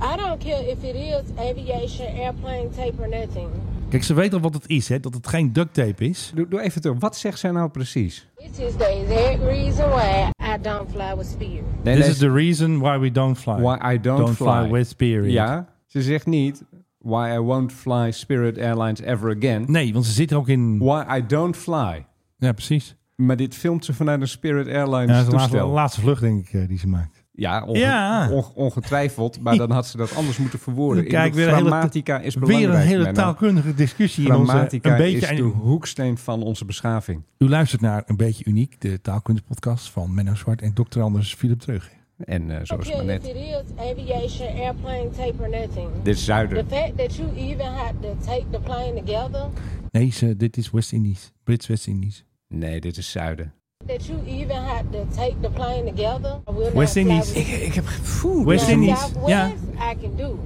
J: I don't care if it is aviation, airplane, tape, or nothing.
A: Kijk, ze weet al wat het is, hè? dat het geen duct tape is.
B: Doe, doe even terug. Wat zegt zij nou precies?
J: This is the exact reason why I don't fly with Spirit.
B: Nee,
A: This
B: nee,
A: is the reason why we don't fly.
B: why I don't,
A: fly. with Spirit.
B: Ja, ze zegt niet why I won't fly Spirit Airlines ever again.
A: Nee, want ze zitten ook in...
B: Why I don't fly.
A: Ja, precies.
B: Maar dit filmt ze vanuit een Spirit Airlines
A: Ja, dat is de laatste,
B: toestel.
A: laatste vlucht, denk ik, eh, die ze maakt.
B: Ja, onge-
A: Ja.
B: onge- ongetwijfeld. Maar dan had ze dat anders moeten verwoorden. Ik
A: Kijk,
B: bedoel,
A: weer een hele-
B: grammatica is belangrijk.
A: Weer een hele
B: Menno.
A: taalkundige discussie in onze... Een
B: Grammatica
A: beetje,
B: is
A: en,
B: de hoeksteen van onze beschaving.
A: u luistert naar Een Beetje Uniek, de taalkundepodcast van Menno Zwart en dokter Anders Philip Terug.
B: En eh,
J: I don't
B: zoals
J: care
B: maar
J: if
B: net.
J: it is aviation, airplane, tape, or nothing.
B: Dit is
J: The
B: zuiden.
J: fact that you even had to take the plane together,
A: Nee, ze, dit is West-Indies. Brits West-Indies.
B: Nee, dit is zuiden.
J: that you even had to take the plane together, I will
A: West
J: not fly
A: Indies.
J: with Spirit.
B: Ik heb
J: Now,
A: West-Indies, ja.
J: Southwest, I can do.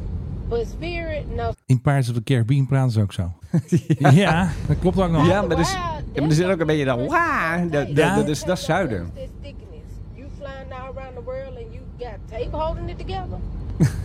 J: But Spirit, no.
A: In Pirates of the Caribbean praten ze ook zo. ja. dat klopt ook nog.
B: Ja, maar, dus, ja, maar er zit ook een beetje dat... Waa, dat, dat,
A: Ja.
B: dat is, dat is zuiden.
J: This thickness. You flying all around the world and you got tape holding it together?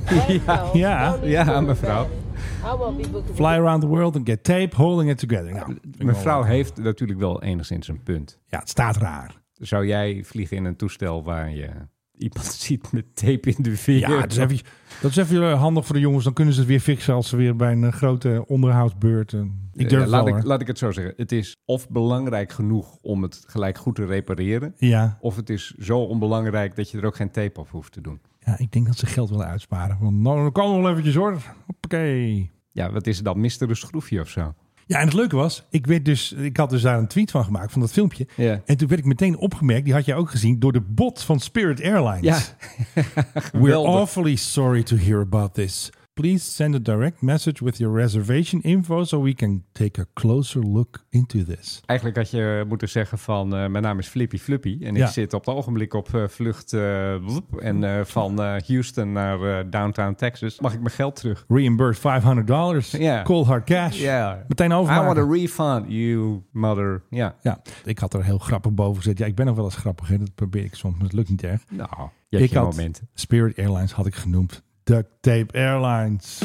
J: Heck no.
A: ja,
J: Don't even
B: ja,
J: worry
B: mevrouw.
J: about it. I won't be booking
A: Fly around the world and get tape, holding it together. Nou, vind ik wel
B: Mevrouw
A: leuk.
B: heeft natuurlijk wel enigszins een punt.
A: Ja, het staat raar.
B: Zou jij vliegen in een toestel waar je iemand ziet met tape in de veer?
A: Ja, dat is, even, dat is even eh, handig voor de jongens. Dan kunnen ze het weer fixen als ze weer bij een eh, grote onderhoudsbeurt. eh, Ik durf
B: Eh,
A: het
B: laat,
A: wel,
B: ik,
A: hoor.
B: laat ik het zo zeggen. Het is of belangrijk genoeg om het gelijk goed te repareren.
A: Ja.
B: Of het is zo onbelangrijk dat je er ook geen tape af hoeft te doen.
A: ja, ik denk dat ze geld willen uitsparen. Want nou, dan kan nog wel eventjes hoor. Hoppakee.
B: Ja, wat is het dan? Mr. een schroefje of zo?
A: Ja, en het leuke was, ik, werd dus, ik had dus daar een tweet van gemaakt, van dat filmpje.
B: Ja.
A: En toen werd ik meteen opgemerkt, die had jij ook gezien, door de bot van Spirit Airlines.
B: Ja,
A: We're
B: geweldig.
A: awfully sorry to hear about this. Please send a direct message with your reservation info so we can take a closer look into this.
B: Eigenlijk had je moeten zeggen van, eh, mijn naam is Flippy Fluppy en
A: Ja.
B: ik zit op het ogenblik op eh, vlucht eh, bloep, en, eh, van eh, Houston naar eh, downtown Texas. Mag ik mijn geld terug?
A: Reimburse $500.
B: Ja.
A: Call hard cash.
B: Ja.
A: Meteen overmaken.
B: I want a refund, you mother. Ja,
A: Ja, ik had er heel grappig boven gezet. Ja, ik ben nog wel eens grappig, hè? dat probeer ik soms, maar het lukt niet erg.
B: nou, je hebt
A: ik
B: je
A: had
B: momenten.
A: Spirit Airlines had ik genoemd. Duct Tape Airlines.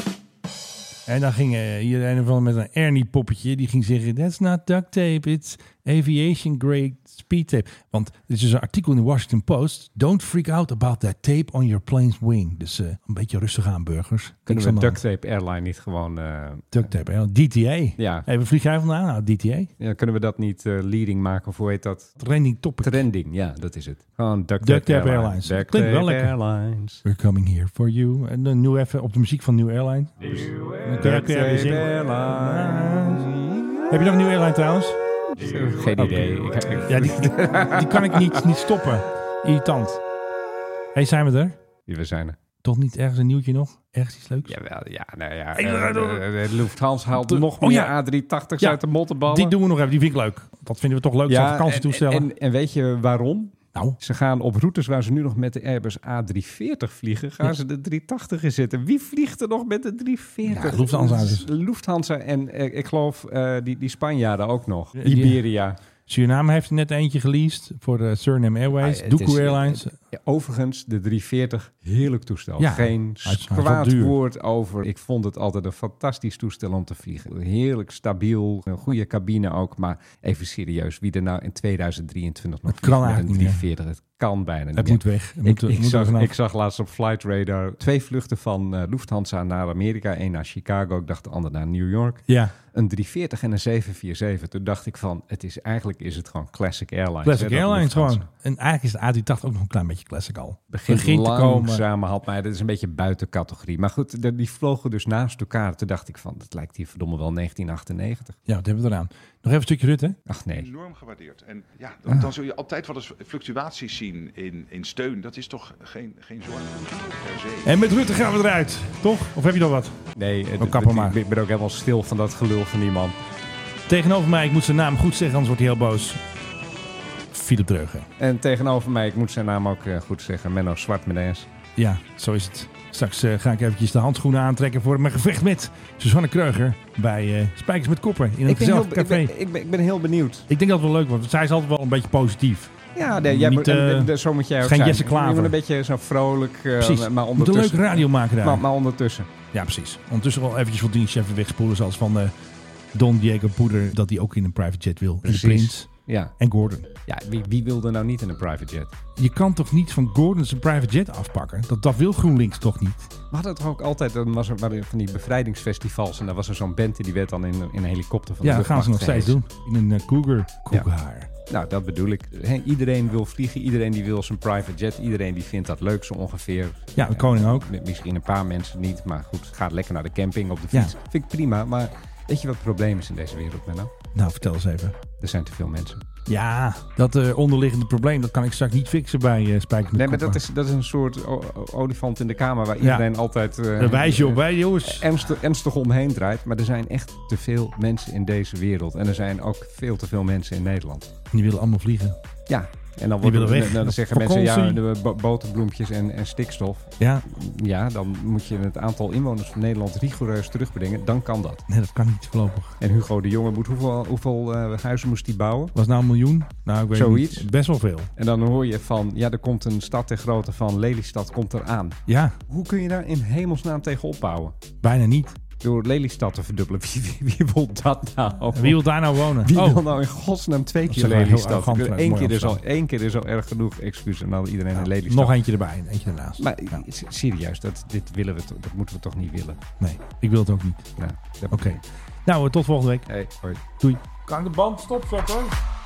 A: En dan ging eh, hier een of andere met een Ernie poppetje. Die ging zeggen, that's not duct tape, it's aviation grade speed tape. Want er is dus een artikel in de Washington Post. Don't freak out about that tape on your plane's wing. Dus eh, een beetje rustig aan, burgers.
B: Kunnen we
A: Niks aan de
B: Duct Tape Airline niet gewoon... eh,
A: hand. duct tape, Airlines. DTA.
B: Ja.
A: Hey, waar vlieg jij vandaan? Nou, DTA.
B: ja, kunnen we dat niet eh, leading maken of hoe heet dat?
A: Trending topic.
B: Trending, ja, dat is het. Gewoon Duct Tape,
A: Duct Tape
B: Airline.
A: Airlines.
B: Duct
A: Klinkt wel
B: Tape
A: lekker.
B: Airlines.
A: We're coming here for you. En dan nu even op de muziek van New Airline. Duct Tape Heb je nog New Airline trouwens?
B: Geen idee. Ik, ik-
A: Ja, die, die, die kan ik niet, niet stoppen. Irritant. hey, zijn we er?
B: we zijn er.
A: Toch niet ergens een nieuwtje nog? Ergens iets leuks?
B: Jawel, ja, nou ja.
A: Ik-
B: eh, eh, eh, Lufthansa haalt
A: Oh
B: nog meer
A: ja.
B: A380's
A: Ja,
B: uit de mottenballen.
A: Die doen we nog even. Die vind ik leuk. Dat vinden we toch leuk. Ja,
B: en,
A: vakantietoestellen.
B: en, en weet je waarom?
A: nou,
B: Ze gaan op routes waar ze nu nog met de Airbus A340 vliegen, gaan ze de 380 in zitten. Wie vliegt er nog met de 340?
A: Ja, Lufthansa
B: Dat is
A: dus.
B: Lufthansa en eh, ik geloof eh, die, die Spanjaarden ook nog.
A: Ja, die-
B: Iberia.
A: Suriname heeft er net eentje geleased voor de Suriname Airways.
B: Ah, het
A: Doku
B: is-
A: Airlines.
B: Ja, overigens, de 340, heerlijk toestel.
A: Ja,
B: Geen
A: hij is wel
B: kwaad
A: duur.
B: woord over. Ik vond het altijd een fantastisch toestel om te vliegen. Heerlijk stabiel, een goede cabine ook. Maar even serieus, wie er nou in 2023 nog
A: Het kan
B: vliegt met een
A: eigenlijk niet
B: 340? Het kan bijna niet
A: het
B: meer.
A: moet weg. Het
B: Ik,
A: moet,
B: ik,
A: moet er
B: zag,
A: vanaf.
B: ik zag laatst op Flight Radar twee vluchten van eh, Lufthansa naar Amerika. Eén naar Chicago, ik dacht de ander naar New York.
A: ja,
B: Een 340 en een 747. Toen dacht ik van, het is, eigenlijk is het gewoon Classic Airlines. hè,
A: Classic
B: dat
A: Airlines
B: Lufthansa.
A: gewoon. En eigenlijk is de A380 ook nog een klein beetje classic al.
B: begint,
A: Begint te komen.
B: langzamerhand. Maar dat is een beetje buiten categorie. Maar goed, de- die vlogen dus naast elkaar. Toen dacht ik van, dat lijkt hier verdomme wel 1998.
A: Ja, wat hebben we eraan? Nog even een stukje Rutte.
B: Ach nee.
F: Enorm gewaardeerd. En ja, dan, dan zul je altijd wel eens fluctuaties zien in, in steun. Dat is toch geen, geen zorg per se.
A: En met Rutte gaan we eruit, toch? Of heb je nog wat?
B: Nee, eh,
A: Oh,
B: d-
A: kapper
B: d-
A: maar.
B: ik ben ook helemaal stil van dat gelul van die man.
A: Tegenover mij, ik moet zijn naam goed zeggen, anders wordt hij heel boos. Philip Dreugen.
B: En tegenover mij, ik moet zijn naam ook eh, goed zeggen, Menno Zwart met S.
A: Ja, zo is het. Straks eh, ga ik eventjes de handschoenen aantrekken voor mijn gevecht met Suzanne Kreuger bij eh, Spijkers met Koppen in een
B: Ik ben, heel,
A: gezellig
B: ik,
A: café.
B: ben, ik, ben, ik ben heel benieuwd.
A: Ik denk dat het wel leuk wordt, want zij is altijd wel een beetje positief.
B: Ja, nee, jij
A: Niet,
B: moet, en-
A: eh,
B: en- en zo moet jij ook
A: geen
B: zijn.
A: Jesse Klaver.
B: Je moet een beetje zo vrolijk, eh,
A: Precies. Moet
B: maar
A: een leuke
B: ondertussen.
A: radio maken daar.
B: maar, maar ondertussen.
A: Ja, precies. Ondertussen wel eventjes wat dienstjes even wegspoelen, zoals van eh, Don Diego Poeder, dat hij ook in een private jet wil. En de
B: Precies.
A: Prins
B: Ja,
A: en Gordon.
B: ja wie, wie wil er nou niet in een private jet?
A: Je kan toch niet van Gordon zijn private jet afpakken? Dat, dat wil GroenLinks toch niet?
B: We hadden toch ook altijd, dan was er waren er van die bevrijdingsfestivals en daar was er zo'n band en die werd dan in, in een helikopter van
A: Ja,
B: de
A: dat gaan ze nog
B: luchtmacht
A: steeds doen. In een eh, cougar.
B: Ja.
A: Cougar.
B: gehezen. Nou, dat bedoel ik. Hè, iedereen wil vliegen, iedereen die wil zijn private jet, iedereen die vindt dat leuk zo ongeveer.
A: Ja, de koning ook.
B: Met Misschien een paar mensen niet, maar goed, ga lekker naar de camping op de
A: Ja.
B: fiets. Vind ik prima, maar weet je wat het probleem is in deze wereld, Menno?
A: Nou, vertel eens even.
B: Er zijn te veel mensen.
A: Ja, dat eh, onderliggende probleem, dat kan ik straks niet fixen bij eh Spijkers met
B: Nee, maar
A: Koppen.
B: dat is, dat is een soort o- o- olifant in de kamer waar iedereen altijd... eh,
A: Daar wijs je op, hè, jongens.
B: ernstig, ernstig omheen draait. Maar er zijn echt te veel mensen in deze wereld. En er zijn ook veel te veel mensen in Nederland.
A: Die willen allemaal vliegen.
B: Ja, en dan, worden,
A: willen weg.
B: dan, dan zeggen
A: Vakantie.
B: mensen, ja, de bo- boterbloempjes en, en stikstof.
A: Ja,
B: Ja, dan moet je het aantal inwoners van Nederland rigoureus terugbrengen. Dan kan dat.
A: nee, dat kan niet voorlopig.
B: En Hugo de Jonge moet hoeveel, hoeveel eh, huizen moest hij bouwen?
A: Was nou een miljoen? Nou, ik weet
B: Zoiets.
A: niet. Best wel veel.
B: En dan hoor je van, ja, er komt een stad ter grootte van Lelystad komt eraan.
A: Ja,
B: Hoe kun je daar in hemelsnaam tegen opbouwen?
A: bijna niet.
B: Door Lelystad te verdubbelen. Wie, wie, wie wil dat nou?
A: Wie wil daar nou wonen?
B: Wie
A: oh,
B: wil nou in godsnaam twee
A: Dat
B: keer
A: is wel heel
B: Lelystad?
A: arrogant
B: Ik bedoel,
A: vanuit
B: Eén keer,
A: mooi
B: is al,
A: Amsterdam.
B: één keer is al erg genoeg. Excuus en dan iedereen in Lelystad.
A: nog eentje erbij en eentje ernaast.
B: Maar
A: Ja.
B: s- serieus, dat, dit willen we, toch- dat moeten we toch niet willen?
A: Nee, ik wil het ook niet.
B: Ja, dat
A: Oké. Nou, eh, tot volgende week.
B: Hey, hoi.
A: Doei.
C: Kan ik de band stopzetten?